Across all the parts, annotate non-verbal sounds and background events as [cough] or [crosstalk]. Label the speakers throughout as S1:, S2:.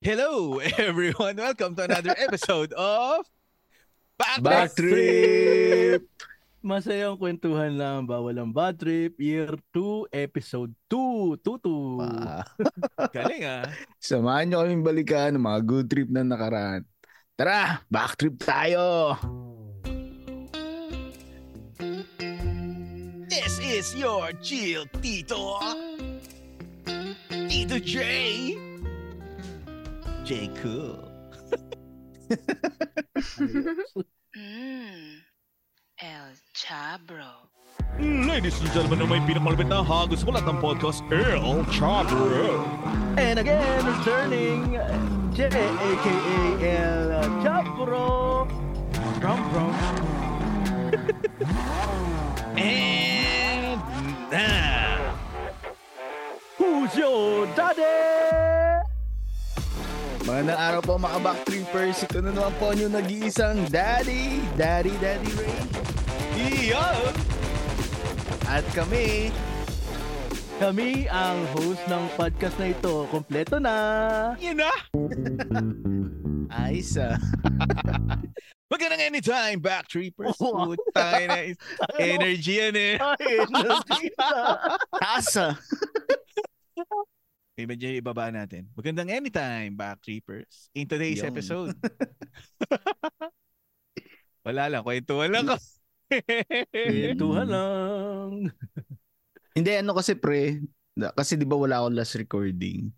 S1: Hello, [laughs] everyone. Welcome to another episode of
S2: Back [laughs] trip!
S3: Masayang kwentuhan lang, bawal ang bad trip, year 2, episode 2, 2-2.
S2: Ah,
S1: Galing ah.
S2: samahan nyo kaming balikan ng mga good trip na nakaraan. Tara, back trip tayo!
S1: This is your chill Tito. Tito J. J Cool.
S4: Mm. El Chabro.
S1: Ladies and gentlemen, may pinakamalapit na hagos mula ng podcast, El Chabro.
S3: And again, returning, J, aka El Chapro. From, from.
S1: [laughs] And now,
S3: Who's your daddy?
S2: Magandang araw po mga back trippers. Ito na naman po yung nag-iisang Daddy, Daddy, Daddy Ray.
S1: iyon!
S2: At kami,
S3: Kami ang host ng podcast na ito. Kompleto na.
S1: Yun
S3: [laughs]
S1: na!
S2: ay sa [laughs]
S1: Magandang anytime, Back [laughs] Trippers.
S3: Oo.
S1: Putang ina, Energy yan eh.
S3: Ay, nasira.
S2: tasa.
S1: Eh, medyo ibaba natin. Magandang anytime, back creepers. In today's
S2: Yun. [laughs]
S1: episode. Wala lang, kwentuhan lang kami.
S3: Kwentuhan
S1: [laughs]
S3: lang.
S2: Hindi, ano kasi pre, na- kasi di ba wala akong last recording.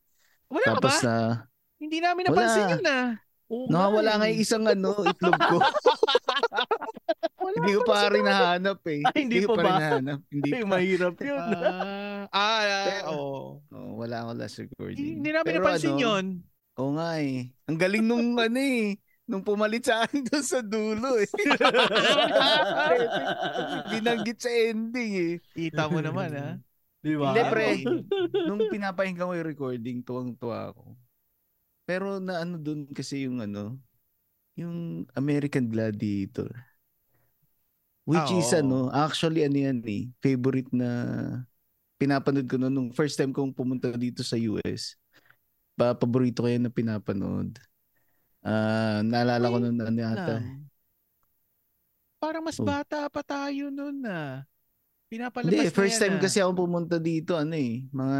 S1: Wala ka ba?
S2: Tapos na,
S1: Hindi namin
S2: Wala.
S1: napansin yun ah. na.
S3: Oo
S2: nawawala nga
S3: eh.
S2: yung isang ano, itlog
S1: [laughs]
S2: ko.
S3: Wala
S2: hindi ko
S3: pa
S2: pa rin nahanap eh.
S3: Ay, hindi
S2: ko
S3: pa
S2: pa rin
S3: ba?
S2: nahanap. Hindi
S3: Eh,
S2: pa.
S3: mahirap yun.
S1: Ah, ah,
S2: Pero-
S1: oo.
S2: Oh, wala akong last recording.
S1: Hindi namin
S2: Pero
S1: napansin
S2: ano, [laughs]
S1: yun.
S2: Oo nga eh. Ang galing
S1: [laughs]
S2: nung ano eh. Nung pumalit sa akin [laughs] doon sa dulo
S1: [laughs]
S2: eh. Binanggit sa ending eh.
S1: Kita mo naman, ah. ha?
S3: Di ba?
S2: Hindi, pre. Nung pinapahinga ko yung recording, tuwang-tuwa ako. Pero na ano doon kasi yung ano, yung American Gladiator. Which
S1: Ah,
S2: is
S1: oo.
S2: ano, actually ano yan eh, favorite na pinapanood ko noon nung first time kong pumunta dito sa US. Pa paborito ko yan na pinapanood. Ah, naalala ko noon ano yata.
S1: Lang. Parang mas
S2: Oh.
S1: bata pa tayo nun, na. Pinapalabas
S2: Hindi,
S1: na
S2: first
S1: yan,
S2: time
S1: ah.
S2: kasi ako pumunta dito ano eh, mga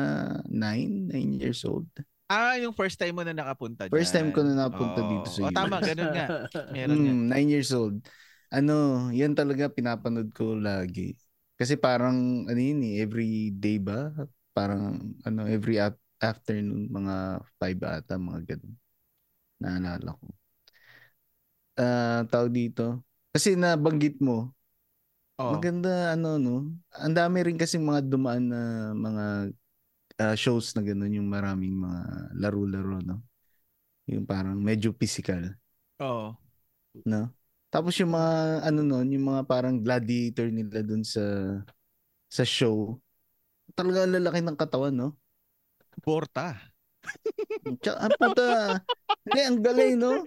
S2: 9, 9 years old.
S1: Ah, yung first time mo na nakapunta
S2: First time ko
S1: dyan.
S2: na napunta
S1: Oo.
S2: dito sa
S1: O,
S2: US.
S1: tama, ganun nga. Meron yan.
S2: Mm, nine years old. Ano, yan talaga pinapanood ko lagi. Kasi parang, ano yun eh, every day ba? Parang, ano, every af- afternoon, mga five ata, mga ganun. Naalala ko. Ah, tawag dito. Kasi nabanggit mo,
S1: Oo.
S2: Maganda ano no. Ang dami rin kasi mga dumaan na mga ah, shows na ganun yung maraming mga laro-laro no. Yung parang medyo physical,
S1: Oo.
S2: no. Tapos yung mga ano noon, yung mga parang gladiator nila dun sa sa show. Talaga ang lalaki ng katawan, no?
S1: Porta.
S2: Tsaka, ah, puta. Hindi, ang galing, no?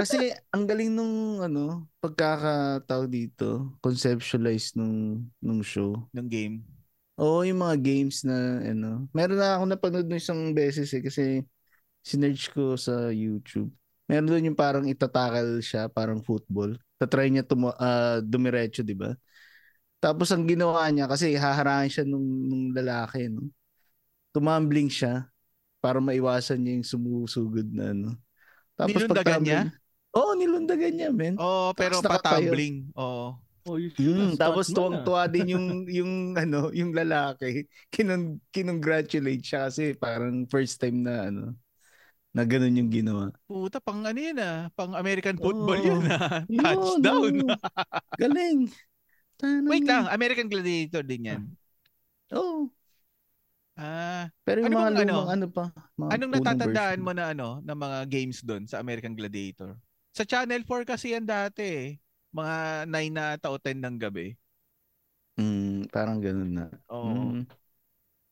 S2: Kasi, ang galing nung, ano, pagkakatao dito, conceptualize nung, nung show.
S1: ng game.
S2: Oo, yung mga games na ano. Meron na ako napanood nung isang beses eh kasi sinerge ko sa YouTube. Meron doon yung parang itatakal siya, parang football. Tatry niya tumo, ah, dumiretso, di ba? Tapos ang ginawa niya, kasi haharangin siya nung, nung lalaki, no? Tumambling siya para maiwasan niya yung sumusugod na ano.
S1: Nilundagan niya?
S2: niya? Oo, nilundagan niya, men.
S1: Oo, Oh, pero
S2: Tapos nakatayo.
S1: patumbling. Oo.
S3: Oh, you should
S2: Mm,
S3: have
S2: tapos
S3: started na.
S2: tuwang-tuwa din yung yung [laughs] ano, yung lalaki. Kinong kinongratulate siya kasi parang first time na ano na ganun yung ginawa.
S1: Puta, pang ano yun ah. Pang American football
S2: Oo.
S1: yun ah.
S2: Oh, Yun,
S1: Touchdown.
S2: yun. [laughs] Galing. Tanang-
S1: Wait lang, American Gladiator din yan.
S2: Oh,
S1: Ah,
S2: pero yung
S1: Ano
S2: mga
S1: bang ano?
S2: lumang ano, pa. Mga
S1: anong
S2: unang
S1: natatandaan
S2: version.
S1: mo na ano, ng mga games doon sa American Gladiator? Sa Channel 4 kasi yan dati eh. Mga 9 na ata o 10 ng gabi.
S2: Mm, parang ganun na.
S1: Oo.
S2: Mm.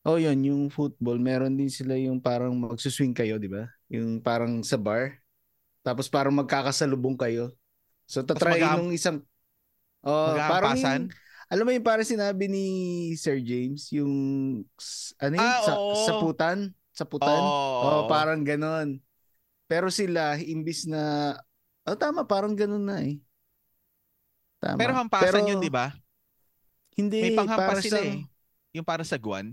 S2: Oh, yun, yung football, meron din sila yung parang magsuswing kayo, di ba? Yung parang sa bar. Tapos parang magkakasalubong kayo. So, tatry
S1: mag-aam-
S2: yung isang... Oh, parang
S1: Magkakampasan?
S2: yung- alam mo yung parang sinabi ni Sir James, yung s- ano yun,
S1: Ah,
S2: sa,
S1: oo.
S2: saputan? Saputan?
S1: Oo.
S2: Oh, parang ganon. Pero sila, imbis na, oh tama, parang ganun na eh. Tama.
S1: Pero hampasan yun, di ba?
S2: Hindi,
S1: May
S2: para
S1: panghampas sila
S2: sa-
S1: eh. Yung para sa Guan.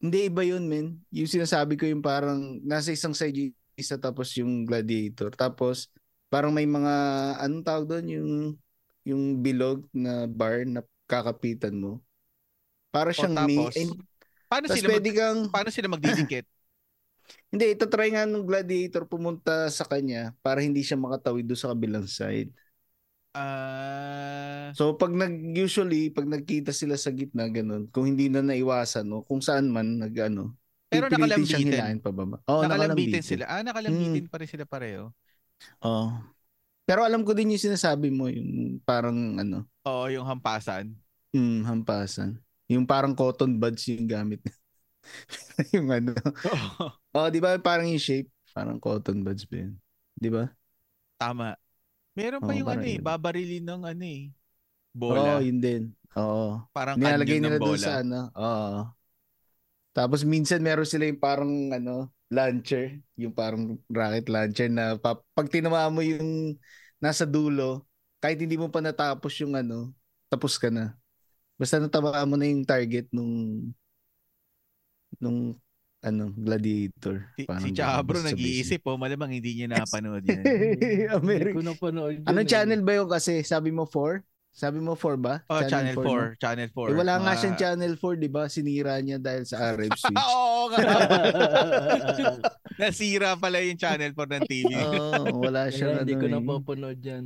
S2: Hindi, iba yun, men. Yung sinasabi ko yung parang nasa isang side yung isa tapos yung gladiator. Tapos parang may mga, anong tawag doon? Yung, yung bilog na bar na kakapitan mo. Para
S1: Oh,
S2: siyang
S1: tapos,
S2: may...
S1: Paano
S2: Tapos
S1: sila, mag,
S2: pwede kang...
S1: paano sila
S2: [laughs]
S1: magdidikit?
S2: Hindi, itatry nga nung gladiator pumunta sa kanya para hindi siya makatawid doon sa kabilang side.
S1: Ah,
S2: So pag nag usually pag nagkita sila sa gitna ganun, kung hindi na naiwasan no, kung saan man nagano.
S1: Pero
S2: pipilitin siyang
S1: nakalambitin.
S2: hilahin pababa. Oo,
S1: nakalambitin sila. Ah, nakalambitin
S2: Hmm.
S1: pa rin sila pareho.
S2: Oo. Pero alam ko din yung sinasabi mo, yung parang ano,
S1: Oo, yung
S2: [laughs]
S1: hampasan.
S2: mm, hampasan. Yung parang cotton buds yung gamit. [laughs] yung ano.
S1: Oo,
S2: Oh, di ba parang yung shape? Parang cotton buds ba yun? Di ba?
S1: Tama. Meron pa
S2: Oo,
S1: yung ano
S2: parang
S1: eh,
S2: yun.
S1: babarilin ng ano eh.
S2: Oo,
S1: Bola.
S2: yun din. Oo.
S1: parang
S2: Nilalagay
S1: kanyon
S2: nila
S1: ng
S2: doon
S1: bola.
S2: sa ano. Oo. Tapos minsan meron sila yung parang ano, launcher, yung parang rocket launcher na pa- pag tinamaan mo yung nasa dulo, kahit hindi mo pa natapos yung ano, tapos ka na. Basta natamaan mo na yung target nung nung ano, gladiator.
S1: Si,
S2: Parang
S1: si
S2: ganun,
S1: Chabro
S2: basta
S1: nag-iisip po, malamang hindi
S2: [laughs]
S1: niya napanood
S2: basic.
S1: yan.
S3: Hindi
S2: American.
S3: ko napanood yun
S2: Anong
S3: eh.
S2: Ano,
S3: [laughs]
S2: channel ba yun kasi? Sabi mo 4? Sabi mo 4 ba?
S1: Oh, Channel, Ah.
S2: no?
S1: 4. Channel 4.
S2: Eh, wala nga
S1: Mga-
S2: siyang Channel 4, di ba? Sinira niya dahil sa
S1: [laughs]
S2: Arab
S1: Ah,
S2: Switch.
S1: oo nga. [laughs] Nasira pala yung Channel 4 ng
S2: [laughs]
S1: TV.
S2: Oo, Oh, wala
S3: [laughs] Kaya
S2: siya.
S3: hindi ko
S2: ano, eh.
S3: napapanood yan.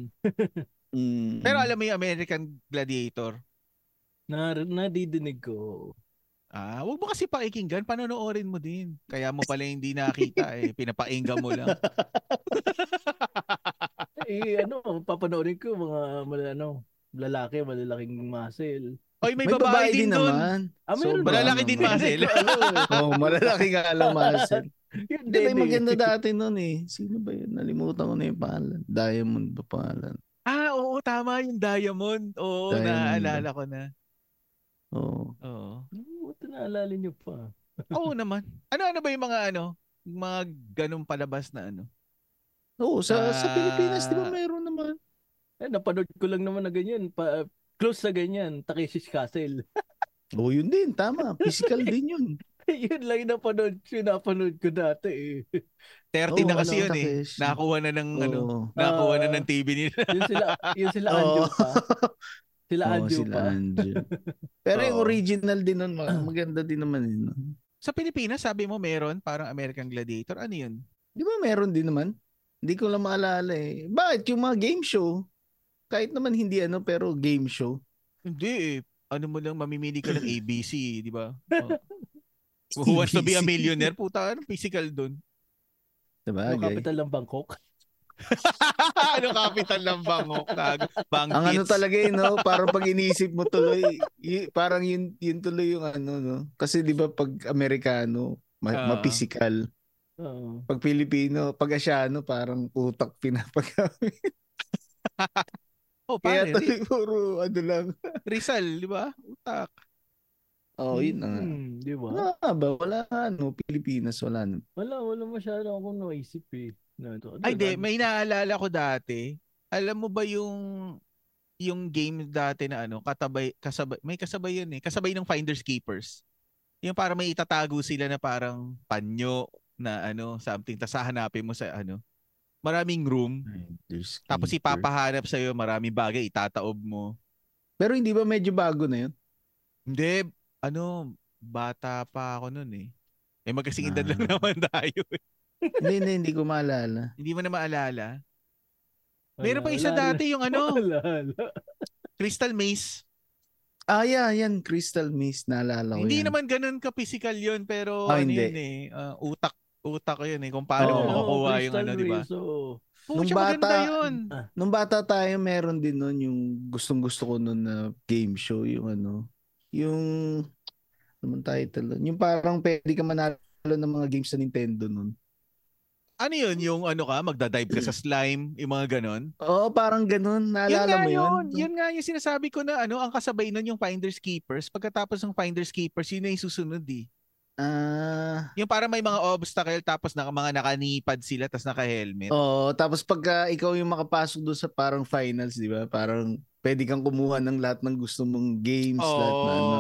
S2: Mm.
S1: Pero alam mo yung American Gladiator.
S3: Na, nadidinig ko.
S1: Ah, wag mo kasi pakikinggan, panonoorin mo din. Kaya mo pala hindi
S2: [laughs]
S1: nakita eh, pinapainggan mo lang.
S3: Eh, ano, papanoorin ko mga, mal, ano, lalaki, malalaking muscle.
S1: Oy, may, babae, din doon.
S2: naman.
S3: Ah,
S2: Sobra
S3: meron Ano, ba?
S1: Malalaki din
S2: naman.
S1: muscle.
S3: eh.
S2: [laughs] Oo, malalaki nga alam muscle. [laughs]
S3: Yun
S2: Hindi,
S3: din
S2: may
S3: eh.
S2: maganda dati noon eh. Sino ba yun? Nalimutan ko na yung pangalan. Diamond ba pangalan?
S1: Ah, oo, tama yung Diamond. Oo,
S2: Diamond.
S1: naaalala ko na.
S2: Oo.
S1: Oo.
S3: Oo, Ito naalala niyo pa.
S1: Oo naman. Ano-ano ba yung mga ano? Yung Mga ganun palabas na ano?
S2: Oo, sa, sa
S1: Ah.
S2: Pilipinas, di ba meron naman?
S3: Eh, napanood ko lang naman na ganyan. Pa, close na ganyan, Takeshi's Castle. [laughs]
S2: Oo, yun din. Tama. Physical din yun.
S3: yun lang yung napanood, sinapanood ko dati eh.
S1: 30 na
S2: Oo,
S1: kasi
S2: ano,
S1: yun eh.
S2: Takeshi.
S1: Nakakuha na ng ano,
S2: Oo.
S1: nakakuha na
S3: Ah.
S1: ng TV nila. [laughs]
S3: Yun sila, yun sila
S2: [laughs] Oo.
S3: Anjo pa. Sila
S2: Oo,
S3: Anjo
S2: sila
S3: pa.
S2: Anjo. Pero yung
S1: Oo.
S2: original din nun, [clears throat] ma- maganda din naman yun. no?
S1: Sa Pilipinas, sabi mo meron parang American Gladiator. Ano yun?
S2: Di ba meron din naman? Hindi ko lang maalala eh. Bakit yung mga game show? Kahit naman hindi ano, pero game show.
S1: Hindi eh. Ano mo lang, mamimili ka ng ABC, di
S2: [laughs]
S1: ba? Oh. Who wants to be a
S2: ABC.
S1: millionaire? Puta, anong physical [laughs] dun?
S3: Yung
S2: Sabagay.
S3: capital ng Bangkok. [laughs]
S1: ano capital ng oh, bangok? Tag- Bangkits.
S2: Ang ano talaga eh, no? Parang pag iniisip mo tuloy, y- parang yun, yun tuloy yung ano, no? Kasi di ba pag Amerikano, ma-
S1: Ah.
S2: mapisikal.
S3: Oo.
S2: Pag Pilipino, pag Asyano, parang utak
S1: [laughs]
S2: pinapagamit.
S1: Oh,
S2: Kaya
S1: pare,
S2: tuloy puro ano lang.
S1: Rizal, di ba? Utak.
S2: Oo, oh, yun na nga. Ah.
S3: Hmm, di ba?
S2: Wala nga ba? Wala nga, no? Pilipinas, wala na.
S3: Wala, wala masyado akong naisip eh. Na, ito,
S1: Ay, di. May naalala ko dati. Alam mo ba yung yung game dati na ano, katabay, kasabay, may kasabay yun eh. Kasabay ng Finders Keepers. Yung para may itatago sila na parang panyo na ano, something. Tapos hahanapin mo sa ano. Maraming room. Tapos ipapahanap sa'yo, maraming bagay, itataob mo.
S2: Pero hindi ba medyo bago na yun?
S1: Hindi, ano, bata pa ako nun eh. Eh magkasing edad
S2: Ah.
S1: lang naman tayo. eh.
S2: hindi, hindi, hindi ko maalala.
S1: [laughs] Hindi mo na maalala. Meron pa isa
S3: [laughs]
S1: dati yung [laughs] ano,
S3: Wala, wala.
S1: Crystal Maze.
S2: Ah, yeah, yan. Crystal Mist. Naalala ko
S1: hindi
S2: yan.
S1: naman ganun ka-physical yun, pero
S2: Ah,
S1: ano
S2: hindi.
S1: yun eh, ah, utak utak yun eh, kung paano mo
S2: Oo.
S1: makukuha yung
S3: Crystal
S1: ano, di ba?
S3: Rays, oo.
S1: Pucha,
S2: Nung
S1: maganda
S2: bata-
S1: yun.
S2: Nung bata tayo, meron din nun yung gustong gusto ko nun na game show. Yung ano, yung, ano man title nun? Yung parang pwede ka manalo ng mga games sa Nintendo nun.
S1: Ano yun, yung ano ka, magdadive ka [clears throat] sa slime, yung mga ganun.
S2: Oo, parang ganun.
S1: Yun
S2: Naalala
S1: nga
S2: mo yun?
S1: yun. Yun nga yung sinasabi ko na ano, ang kasabay nun yung Finders Keepers. Pagkatapos ng Finders Keepers, yun na yung susunod eh.
S2: Ah.
S1: Yung para may mga obstacle tapos naka, mga nakanipad sila tapos naka-helmet.
S2: Oo, tapos pagka ikaw yung makapasok doon sa parang finals, di ba? Parang pwede kang kumuha ng lahat ng gusto mong games, lahat na ano.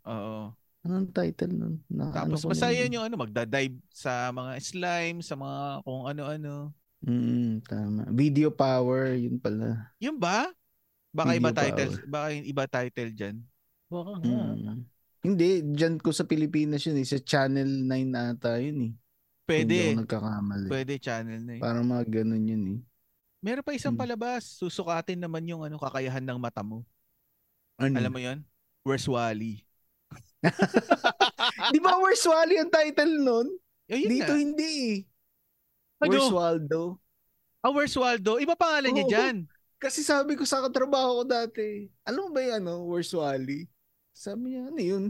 S1: Oo.
S2: Anong title nun? Na,
S1: Tapos
S2: ano ko
S1: basta
S2: na-
S1: yun yung ano, magda-dive sa mga slime, sa mga kung ano-ano.
S2: Mm, tama. Video power, yun pala.
S1: Yun ba? Baka
S2: Video
S1: iba
S2: power.
S1: title, baka yung iba title dyan.
S3: Baka nga.
S1: Ah.
S2: Mm. Hindi, dyan ko sa Pilipinas yun eh. Sa Channel 9 ata yun eh. Hindi
S1: Pwede.
S2: ako nagkakamali.
S1: Pwede channel na yun.
S2: Parang mga ganun yun eh.
S1: Meron pa isang
S2: Hmm.
S1: palabas. Susukatin naman yung ano kakayahan ng mata mo.
S2: Ano?
S1: Alam mo yun? Where's Wally?
S2: Di ba Where's Wally ang title nun?
S1: Ayun
S2: Dito
S1: na.
S2: hindi eh.
S1: Ano?
S2: Where's Waldo?
S1: Ah, Where's Waldo? Iba pangalan niya
S2: Oo.
S1: dyan.
S2: Kasi sabi ko sa katrabaho ko dati, alam mo ba yung ano, Where's Wally? Sabi niya, ano yun?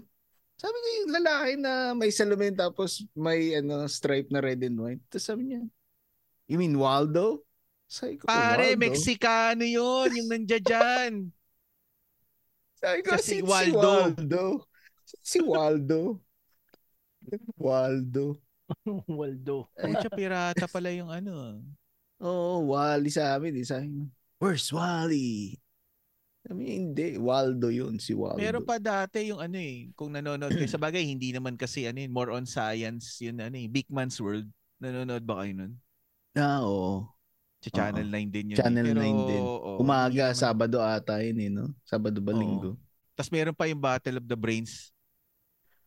S2: Sabi niya, yung lalaki na may salamin tapos may ano stripe na red and white. Tapos sabi niya, you mean Waldo? Sabi ko,
S1: Pare,
S2: Waldo?
S1: Mexicano yun. Yung nandiyan
S2: [laughs]
S1: dyan.
S2: Sabi ko,
S1: Kasi
S2: si, Waldo. si
S1: Waldo."
S2: Waldo. Si Waldo. [laughs] Waldo.
S3: [laughs] Waldo.
S1: Pucha, pirata pala yung ano.
S2: Oo, Wally sa amin. Eh. Sabi niya, where's Wally? Sabi niya, hindi. Waldo yun, si Waldo.
S1: Meron pa dati yung ano eh. Kung nanonood
S2: [clears throat]
S1: kayo. Sa bagay, hindi naman kasi ano yun. More on science. Yun ano eh. Big Man's World. Nanonood ba kayo nun?
S2: Ah, oo.
S1: Sa Channel 9 din yun. eh.
S2: Channel 9 din.
S1: oo, hindi
S2: Umaga,
S1: naman-
S2: Sabado ata yun eh, no? Sabado ba
S1: Oo.
S2: linggo?
S1: Tapos meron pa yung Battle of the Brains.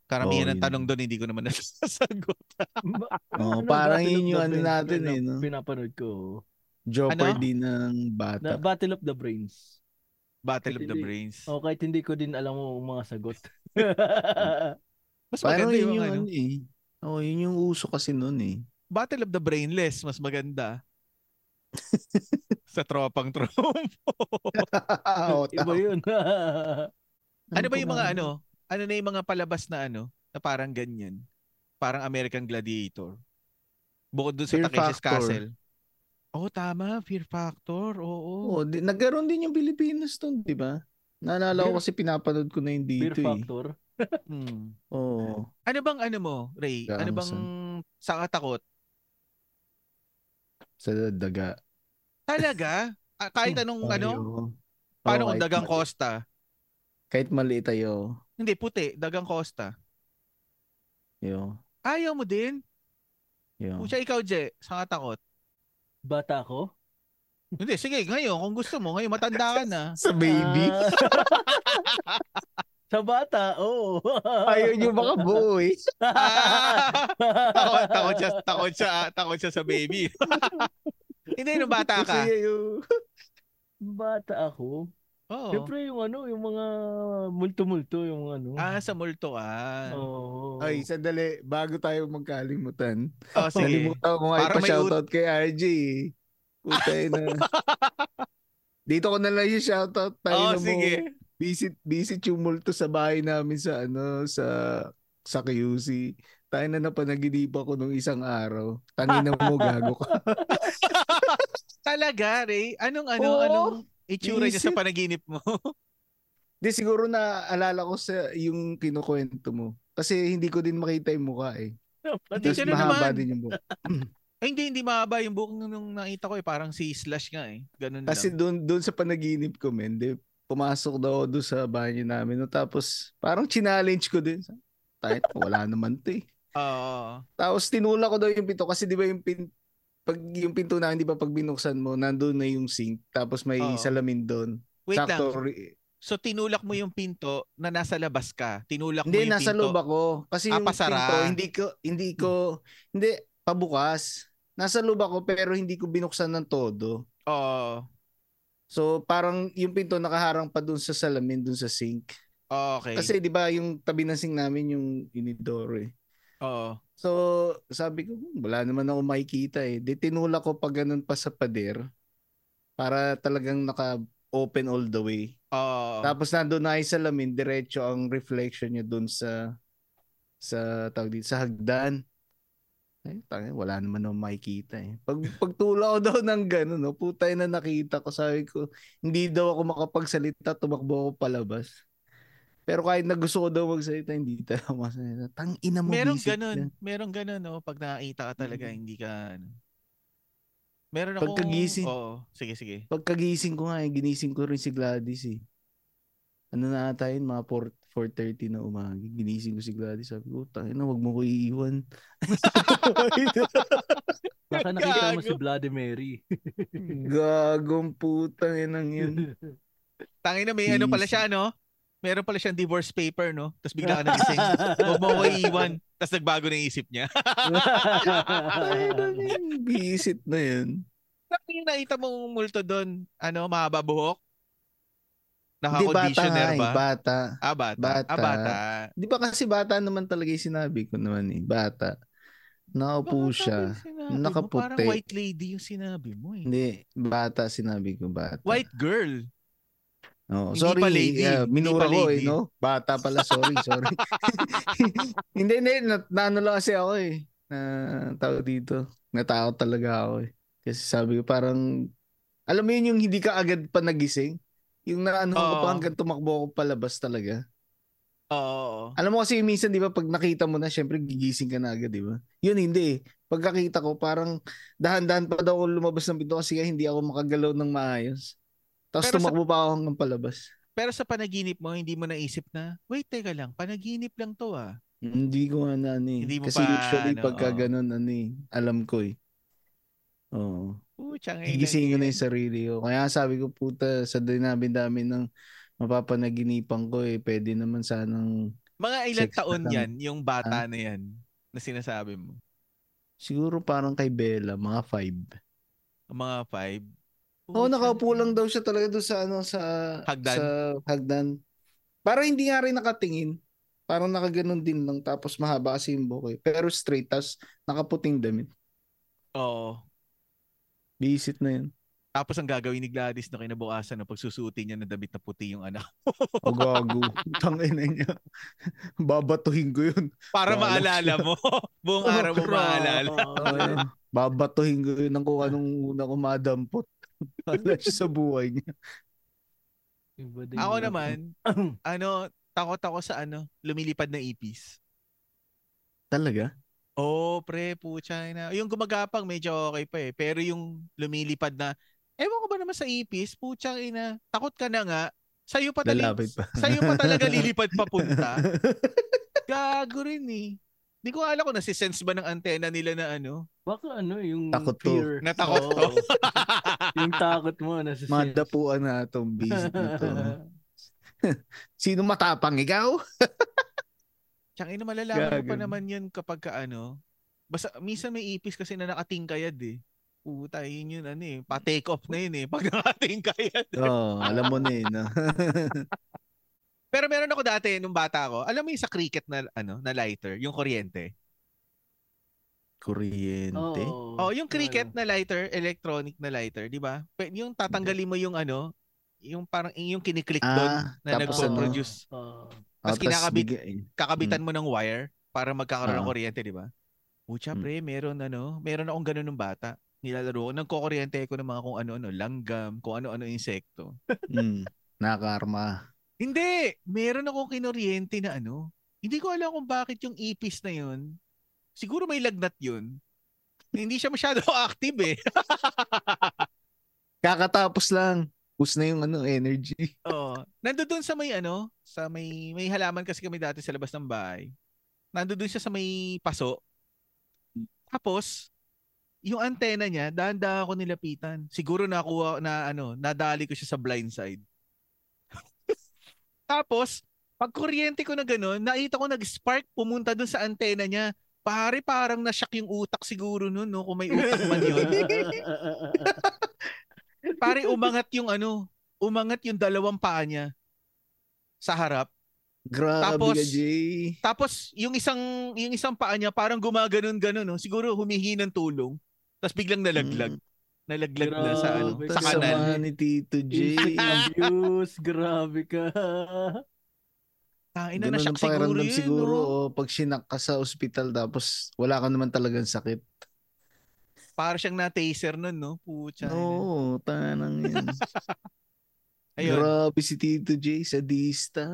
S1: Karamihan
S2: Oo,
S1: ng
S2: yun.
S1: tanong doon, hindi ko naman [laughs] nasasagot.
S2: Oo,
S3: Ano,
S2: parang
S3: Battle
S2: yun
S3: of
S2: yung
S3: the
S2: ano
S3: Brains?
S2: natin
S3: Ano,
S2: eh, no?
S3: Pinapanood ko.
S1: Ano?
S2: Jeopardy ng bata.
S3: The Battle of the Brains.
S1: Battle of the
S3: Hindi.
S1: Brains.
S2: Oh,
S3: O kahit hindi ko din alam mo mga sagot.
S1: Mas
S2: parang
S1: maganda
S2: yun
S1: yung,
S2: yung
S1: ano.
S2: ano eh. Oo, yun yung uso kasi noon
S1: [laughs]
S2: eh.
S1: Battle of the Brainless, mas
S2: [laughs]
S1: maganda. sa tropang tropa.
S2: [laughs] Oo,
S3: [laughs] Iba
S2: tama.
S3: yun. [laughs]
S1: ano ba yung mga
S2: pangalan?
S1: ano? Ano na yung mga palabas na ano? Na parang ganyan. Parang American Gladiator. Bukod doon sa
S2: Fear
S1: Takeshi's
S2: Factor.
S1: eh, Castle. Oo, tama. Fear Factor. Oo.
S2: Oo, di, nagkaroon din yung Pilipinas doon, di ba? Naalala ko
S3: Beer-
S2: kasi pinapanood ko na yung
S3: Beer
S2: dito eh.
S3: Factor.
S1: Hmm.
S2: Oo.
S1: Ano bang ano mo, Ray? Ano
S2: Gaano
S1: bang sa katakot?
S2: Sa daga. [laughs]
S1: Talaga? Ah, kahit anong ano?
S2: Ayoko. Oo,
S1: Paano kung
S2: kahit
S1: dagang
S2: mali-
S1: Costa?
S2: Kahit maliit tayo.
S1: Hindi, puti. Dagang Costa.
S2: Yo,
S1: Ayaw mo din?
S2: yo.
S1: Pucha, ikaw, Je. Sa katakot.
S3: Bata ko.
S1: Hindi, sige. Ngayon, kung gusto mo. Ngayon, matanda ka
S2: [laughs]
S1: na.
S2: [laughs] Sa baby.
S1: [laughs]
S3: Ah.
S1: Ah.
S3: [laughs] sa bata, oo.
S2: Ayaw nyo
S3: [laughs]
S2: baka buo eh.
S1: Ah!
S2: [laughs]
S1: takot, takot siya, takot siya, ah, takot siya sa baby. [laughs] Hindi, nung bata ka.
S2: Kasi yung-
S3: Bata ako.
S1: Oo.
S3: Siyempre yung ano, yung mga multo-multo, yung ano.
S2: oh.
S1: Ah, sa multo ah.
S3: Oo.
S2: Ay, sandali. Bago tayo magkalimutan.
S1: Oh, sige.
S2: Nalimutan ko nga
S1: Para may
S2: ipa-shoutout kay RJ. eh. Putay
S3: Ano
S1: [laughs]
S2: na. Dito ko na lang yung shoutout. Tayo
S1: [laughs] Oh,
S2: na mo.
S1: sige. [laughs]
S2: Visit, visit yung multo sa bahay namin sa ano, sa sa QC. Tayo na napanaginipa ko nung isang araw.
S1: [laughs]
S2: Tangina mo, gago ka.
S1: Talaga, Ray? Anong, ano,
S2: Oo.
S1: anong itsura niya sa
S2: Isip.
S1: panaginip mo? [laughs]
S2: Di siguro naalala ko sa yung kinukwento mo. Kasi hindi ko din makita yung mukha eh.
S1: Hindi,
S2: Tapos
S1: ganun
S2: mahaba
S1: naman.
S2: din yung mukha.
S1: Ay, Eh, hindi, hindi mahaba yung buhok nung, nung nakita ko eh. Parang si Slash nga eh. Ganun
S2: Kasi
S1: lang.
S2: doon doon sa panaginip ko, men, di, pumasok daw doon sa banyo namin. No? Tapos parang challenge ko din. Tayo, wala naman to eh.
S1: Oo.
S2: Tapos tinula ko daw yung pinto kasi di ba yung pin pag yung pinto na hindi ba pag binuksan mo, nandun na yung sink. Tapos may
S1: Oo.
S2: salamin doon.
S1: Wait lang.
S2: Sakto. re-
S1: So tinulak mo yung pinto na nasa labas ka. Tinulak mo
S2: Hindi
S1: yung
S2: nasa
S1: pinto.
S2: loob ako kasi
S1: Ah,
S2: yung
S1: pasara.
S2: pinto hindi ko hindi ko hindi pabukas. Nasa loob ako pero hindi ko binuksan ng todo.
S1: Oo.
S2: So parang yung pinto nakaharang pa doon sa salamin doon sa sink.
S1: okay.
S2: Kasi 'di ba yung tabi ng sink namin yung inidoro eh.
S1: Oo.
S2: So sabi ko "Hmm, wala naman ako makikita eh. Di tinula ko pa ganun pa sa pader para talagang naka open all the way.
S1: Oo.
S2: Tapos nandoon na yung salamin, diretso ang reflection niya doon sa sa tawag dito, sa hagdan. Ay, tangin, wala naman ako makikita eh. Pag
S1: [laughs]
S2: pagtula ko daw ng ganun, no, putay na nakita ko, sabi ko, hindi daw ako makapagsalita, tumakbo ako palabas. Pero kahit na gusto ko daw magsalita, hindi talaga masalita. Tang ina mo, Mm.
S1: Merong
S2: bisik
S1: ganun.
S2: na.
S1: Merong ganun, no? Pag nakakita ka talaga, hindi ka, ano. Meron akong...
S2: Pagkagising.
S1: Oo. Sige, sige.
S2: Pagkagising ko nga, eh, ginising ko rin si Gladys eh. Ano na ata yun, mga 4, 4.30 na umaga. Ginising ko si Gladys. Sabi ko, tangin na, wag mo ko iiwan.
S3: Baka nakita mo
S1: Gago.
S3: si Bloody Mary.
S2: Gagong putang inang yun.
S3: [laughs]
S1: Tangin na may ano pala siya, no? Meron pala siyang divorce paper, no? Tapos bigla ka
S2: [laughs]
S1: nagising. Huwag mo ko iiwan. Tapos nagbago na yung isip niya. [laughs]
S2: Tangin na yun, bisit na yun.
S1: Tapos Ano yung nakita mong multo doon, ano, mahaba buhok?
S2: Hindi bata nga
S1: Naka-conditioner
S2: eh,
S1: ba?
S2: bata.
S1: Ah, bata.
S2: Bata.
S1: Ah, bata.
S2: Di ba kasi bata naman talaga yung sinabi ko naman eh. Bata. Nakaupo
S1: Bata
S2: siya.
S1: yung sinabi mo.
S2: Nakaputi.
S1: Parang white lady yung sinabi mo eh.
S2: Hindi, bata sinabi ko bata.
S1: White girl.
S2: Oo,
S1: Hindi
S2: sorry,
S1: pa lady.
S2: ah,
S1: Hindi
S2: minura
S1: pa
S2: ko eh,
S1: lady.
S2: no? Bata pala,
S1: [laughs]
S2: sorry, sorry. [laughs] hindi, hindi, na, naano lang kasi ako eh. Na, tao dito. Natakot talaga ako eh. Kasi sabi ko parang, alam mo yun yung hindi ka agad pa nagising? Yung naano ko
S1: Oo.
S2: pa hanggang tumakbo ako palabas talaga.
S1: Oo.
S2: Alam mo kasi minsan, di ba, pag nakita mo na, syempre gigising ka na agad, di ba? Yun, hindi eh. Pagkakita ko, parang dahan-dahan pa daw ako lumabas ng pinto kasi nga hindi ako makagalaw ng maayos. Tapos
S1: Pero sa-
S2: tumakbo pa ako hanggang palabas.
S1: Pero sa panaginip mo, hindi mo naisip na, wait, teka lang, panaginip lang to ah.
S2: Hindi ko nga na ano eh.
S1: Hindi mo
S2: Kasi
S1: pa,
S2: usually
S1: ano,
S2: pagka
S1: oo.
S2: ganun ano eh, alam ko eh. Oo.
S1: Pucha ngayon.
S2: Gigisingin ko na yung sarili ko. Kaya sabi ko puta sa dinami-dami ng mapapanaginipan ko eh, pwede naman sanang
S1: Mga ilang
S2: Six na Ah?
S1: taon
S2: lang.
S1: yan, yung bata na yan, na sinasabi mo.
S2: siguro parang kay Bella, mga five.
S1: Mga five.
S2: Oo, oh,
S1: Pucha
S2: nakaupo
S1: na
S2: lang
S1: yun.
S2: daw siya talaga doon sa ano sa
S1: Hagdan.
S2: sa hagdan. Parang hindi nga rin nakatingin. Parang nakaganon din lang tapos mahaba kasi yung buhok eh. Pero straight tas nakaputing damit.
S1: Oo.
S2: Bisit na yun.
S1: Tapos ang gagawin ni Gladys na kinabukasan na pagsusuotin niya na damit na puti yung anak.
S2: O gago. Tangin na niya. [laughs] Babatuhin ko yun.
S1: [laughs] Para
S2: Wala
S1: maalala
S2: siya. [laughs]
S1: mo. Buong araw mo maalala.
S2: Ayun. Babatuhin ko yun ng kung anong una ko madampot. Wala siya sa buhay niya.
S1: Ako naman, ano, takot ako sa ano, lumilipad na ipis.
S2: Talaga?
S1: Oo, Oh, pre, putya na. Yung gumagapang medyo okay pa eh. Pero yung lumilipad na, ewan ko ba naman sa ipis, putya ina, takot ka na nga. Sa'yo pa talaga,
S2: Lalapit pa.
S1: sa'yo pa
S2: [laughs]
S1: talaga lilipad papunta. Gago rin eh. Di ko alam kung nasisense ba ng antena nila na
S2: [laughs]
S1: ano.
S3: [clears throat] Baka ano yung
S2: Takot to.
S3: fear.
S1: Natakot to.
S3: Oo. yung takot mo. Nasa
S2: [laughs] Madapuan na itong bisit na
S3: [laughs]
S2: to. Sino matapang? Ikaw?
S1: Tsang ina, malalaman mo pa
S2: Gago.
S1: naman yun kapag ka ano. Basta, minsan may ipis kasi na nakatingkayad eh. Puta, yun yun ano eh. Pa-take off na yun eh. [laughs] Pag nakatingkayad.
S2: Oo, oh, alam mo na yun. no?
S1: Pero meron ako dati nung bata ako. Alam mo yung sa cricket na ano, na lighter, yung kuryente.
S2: Kuryente.
S3: Hmm,
S1: Oh, yung cricket na lighter, electronic na lighter, di ba? Pe- Yung tatanggalin mo yung ano, yung parang yung kiniklik doon
S2: Ah,
S1: na
S2: tapos Ah,
S1: nagpo-produce. Tapos kinakabit.
S2: bigay-
S1: Kakabitan mo ng wire para magkakaroon ng
S2: Hmm. Ah.
S1: kuryente, di ba? Pucha
S2: Mm.
S1: pre, meron ano, meron akong ganun nung bata. Nilalaro ko, nagkukuryente ko ng mga kung ano-ano, langgam, kung ano-ano insekto.
S2: Mm, nakarma.
S1: Hindi! Meron akong kinuryente na ano. Hindi ko alam kung bakit yung ipis na yun. Siguro may lagnat yun. Hindi siya masyado [laughs] active eh.
S2: Kakatapos lang. Us na yung ano, energy.
S1: Oo. Nandoon sa may ano, sa may may halaman kasi kami dati sa labas ng bahay. Nandoon siya sa may paso. Tapos yung antena niya, dahan-dahan ako nilapitan. Siguro nakuha na ano, nadali ko siya sa blind side. [laughs] Tapos pag kuryente ko na gano'n, nakita ko nag-spark pumunta doon sa antena niya. Pare, parang nashock yung utak siguro nun, no? Kung may utak man
S3: [laughs]
S1: yun. Pare, umangat yung ano, umangat yung dalawang paa niya sa harap.
S2: Grabe
S1: Tapos-
S2: ka, Jay.
S1: Tapos yung isang yung isang paa niya parang gumaganon-ganon, no? siguro humihingi ng tulong. Tapos biglang nalaglag.
S2: Mm.
S1: Nalaglag na sa ano,
S3: Grabe,
S1: sa
S2: Sa
S1: kanal.
S2: Sama Ah, ni Tito J.
S3: abuse. Grabe ka.
S1: Tangina
S2: Ganun
S1: na
S2: ang
S1: shock siguro
S2: pakiramdam
S1: yun.
S2: siguro.
S1: no?
S2: oh, pag sinak ka sa ospital tapos wala ka naman talagang sakit.
S1: Para siyang na-taser nun, no? Putya.
S2: Oo, tanang yun.
S1: [laughs] Ayun,
S2: Grabe si Tito J, sadista.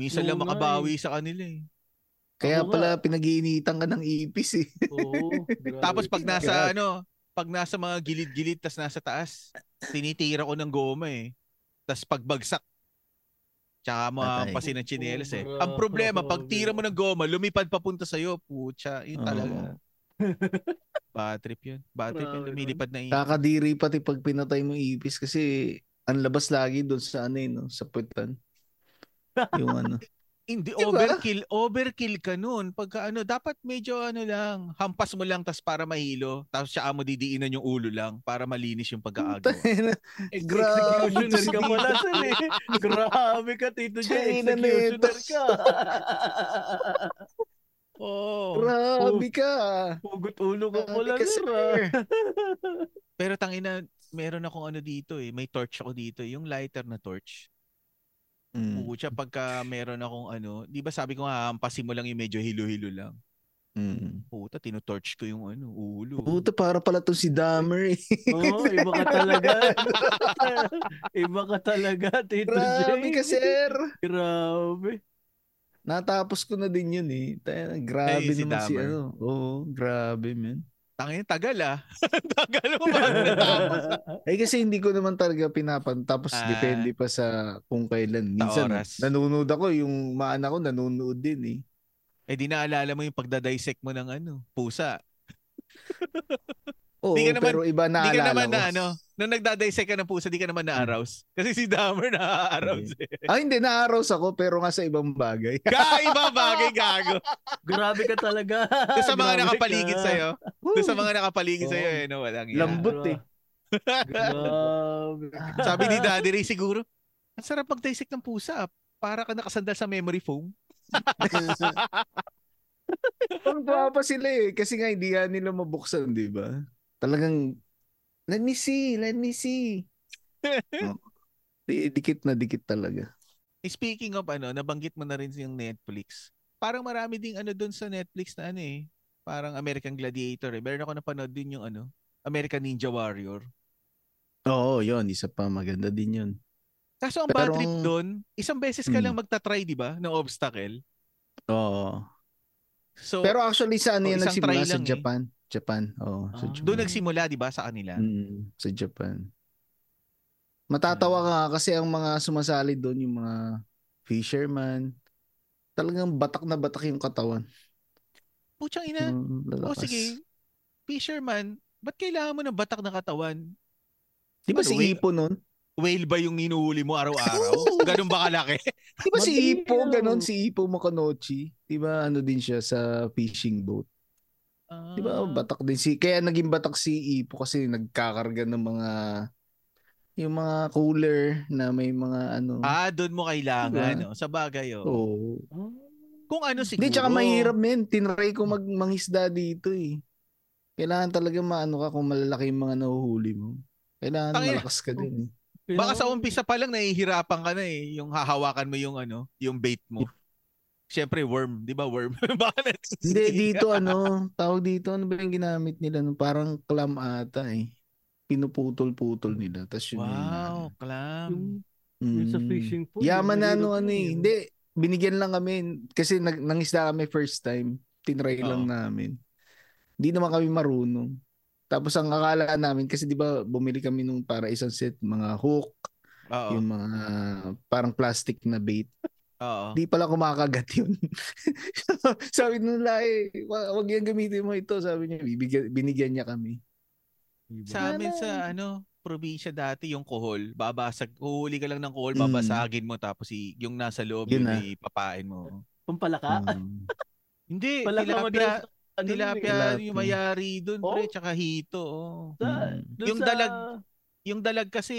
S1: minsan
S3: Oo
S1: lang
S3: nga eh.
S1: makabawi sa kanila eh.
S2: Kaya
S3: Ako nga.
S2: pala pinag-iinitan ka ng ipis eh.
S3: Oo. grabe.
S1: Tapos pag
S2: God.
S1: nasa ano, pag nasa mga gilid-gilid tas nasa taas, tinitira ko ng goma eh. Tas pagbagsak, tsaka mo
S2: Patay.
S1: pasin ng chinelas eh.
S3: Sobra,
S1: Ang problema, pag
S3: grabe.
S1: tira mo ng goma, lumipad papunta sa'yo, putya, [laughs] yun
S2: Oo.
S1: talaga. Bad trip yun. Bad trip yun,
S3: Grabe
S1: lumilipad na yun.
S2: Kakadiri pati pag pinatay mo yung ipis kasi ang labas lagi doon sa ano eh, no? sa putan. Yung ano.
S1: [laughs] Hindi,
S2: Diba?
S1: overkill, overkill ka nun. Pagka ano, dapat medyo ano lang, hampas mo lang tas para mahilo, tapos tsaka mo didiinan yung ulo lang para malinis yung
S2: [laughs]
S1: pagkaagawa.
S2: Grabe
S3: [laughs] Executioner
S2: si
S3: ka
S2: Tito.
S3: pala sir eh. Grabe ka Tito J.
S2: China na
S3: Executioner ka.
S1: Oo.
S2: Grabe ka.
S3: Hugot ulo ka
S2: Grabe
S3: pala
S2: ka,
S1: eh.
S3: sir. ah.
S2: sir.
S1: Pero tangina, meron akong ano dito eh. May torch ako dito. Yung lighter na torch.
S2: Mm,
S1: Pucha, pagka meron akong ano, di ba sabi ko nga, hampasin mo lang yung medyo hilo-hilo lang.
S2: mm.
S1: Puta, tinutorch ko yung ano, ulo.
S2: Puta, para pala to si Dahmer eh.
S3: [laughs] Oo, iba ka talaga. iba ka talaga Tito J.
S2: [laughs] Grabe ka, sir.
S3: Grabe.
S2: Natapos ko na din yun eh. Tayo, grabe
S1: Ay, si
S2: naman si
S1: Dahmer.
S2: ano. Oo, grabe man.
S1: Tangina, tagal ah. [laughs] tagal mo
S3: [laughs]
S1: ba?
S2: Ay kasi hindi ko naman talaga pinapan tapos
S1: Ah.
S2: depende pa sa kung kailan.
S1: Sa
S2: Minsan
S1: oras.
S2: nanonood ako, yung maana ko nanonood din eh.
S1: eh di naalala mo yung pagdadissect mo ng ano, pusa.
S2: Oo,
S1: Di ka naman-
S2: pero iba na
S1: Di ka
S2: alala
S1: naman
S2: ko.
S1: na ano, nung nagdadissect ka ng pusa, di ka naman na-arouse. Kasi si Dahmer na-arouse eh.
S2: Ah, hindi, na-arouse ako pero nga sa ibang bagay.
S1: Kaiba bagay gago.
S3: Grabe ka talaga.
S1: Doon sa mga
S3: Grabe
S1: nakapaligid
S3: ka.
S1: sa'yo. Doon sa mga nakapaligid sa'yo
S3: Oo.
S1: eh, no, walang iya.
S2: [laughs] Lambot eh.
S3: Grabe.
S1: Sabi ni Daddy Ray siguro, ang sarap mag-dissect ng pusa. ah. Para ka nakasandal sa memory foam.
S2: Ang guwapa sila eh. Kasi nga hindi nga nila mabuksan, di ba? Talagang, let me see, let me [laughs] see. Oh. Di- dikit na dikit talaga.
S1: Eh, Speaking of ano, nabanggit mo na rin yung Netflix. Parang marami ding ano doon sa Netflix na ano eh. Parang American Gladiator eh. Meron ako napanood din yung ano, American Ninja Warrior.
S2: Oo, yun. Isa pa. Maganda din yun.
S1: Kaso ang bad
S2: Pero
S1: trip
S2: ang-
S1: doon, isang beses ka
S2: Hmm.
S1: lang magta-try, di ba, ng obstacle.
S2: Oo.
S1: So,
S2: Pero actually, sa ano
S1: Oh,
S2: yan
S1: isang try
S2: nagsimula? Sa
S1: lang eh.
S2: Japan. Japan. Oo. sa
S3: Ah.
S2: Japan.
S1: doon nagsimula, di ba, sa kanila.
S2: Mm, sa Japan. Matatawa ka nga kasi ang mga sumasali doon, yung mga fisherman, talagang batak na batak yung katawan.
S1: Putsang ina,
S2: Yung
S1: o
S2: lalakas.
S1: sige, fisherman, ba't kailangan mo ng batak na katawan?
S2: Di ba
S1: Ano,
S2: si
S1: wait-
S2: Ipo nun?
S1: Whale ba yung inuhuli mo
S2: [laughs]
S1: araw-araw? Ganun ba kalaki?
S2: Di ba si
S3: Madilaw.
S2: Ipo, ganon si Ipo Makonochi? Di ba ano din siya sa fishing boat? Di ba
S1: Ah.
S2: batak din si... Kaya naging batak si Ipo kasi nagkakarga ng mga... Yung mga cooler na may mga ano...
S1: Ah, doon mo kailangan.
S2: Diba?
S1: No? Sa bagay, oh.
S2: Oo.
S1: Kung ano siguro.
S2: Hindi, tsaka mahirap men. Tinry ko mag mangisda dito eh. Kailangan talaga maano ka kung malalaki yung mga nahuhuli mo. Kailangan
S1: Tangina.
S2: malakas ka din eh.
S1: Baka sa umpisa pa lang nahihirapan ka na eh. Yung hahawakan mo yung ano, yung bait mo. Siyempre, worm. Di ba, worm? [laughs] Baka na
S2: Hindi, dito ano, tawag dito, ano ba yung ginamit nila? No? Parang clam ata eh. Pinuputol-putol nila. Tapos yun
S1: Wow, clam.
S3: Yung,
S2: Yung,
S3: yung sa
S2: Mm.
S3: fishing pool.
S2: Yaman na
S3: mahirap
S2: ano,
S3: yun
S2: ano
S3: eh.
S2: eh. Hindi, binigyan lang kami. Kasi nag, nangisda kami first time. Tinry lang namin. Hindi naman kami marunong. Tapos ang akala namin, kasi di ba bumili kami nung para isang set, mga hook,
S1: Oo.
S2: yung mga parang plastic na bait.
S1: Oo.
S2: Di pala kumakagat yun. [laughs] sabi nung lahi, "Wa- wag yan gamitin mo ito. Sabi niya, bibigyan, binigyan niya kami.
S3: Diba?
S1: Sa amin sa ano, probinsya dati yung kohol, babasag, huhuli ka lang ng kohol, babasagin mo tapos i- yung nasa loob
S2: Mm. Yun
S1: yun,
S2: na.
S1: ipapain mo. Ah.
S3: Pampalaka.
S2: Um,
S1: Hindi,
S3: Palaka
S1: tilapia,
S3: madalas- Eh, ano yun eh.
S1: tilapia
S2: Tilapia.
S1: yung mayari doon,
S3: Oh.
S1: pre, tsaka hito. Oh.
S3: Sa-
S2: Mm.
S3: dun
S1: Yung
S3: sa-
S1: dalag- yung dalag kasi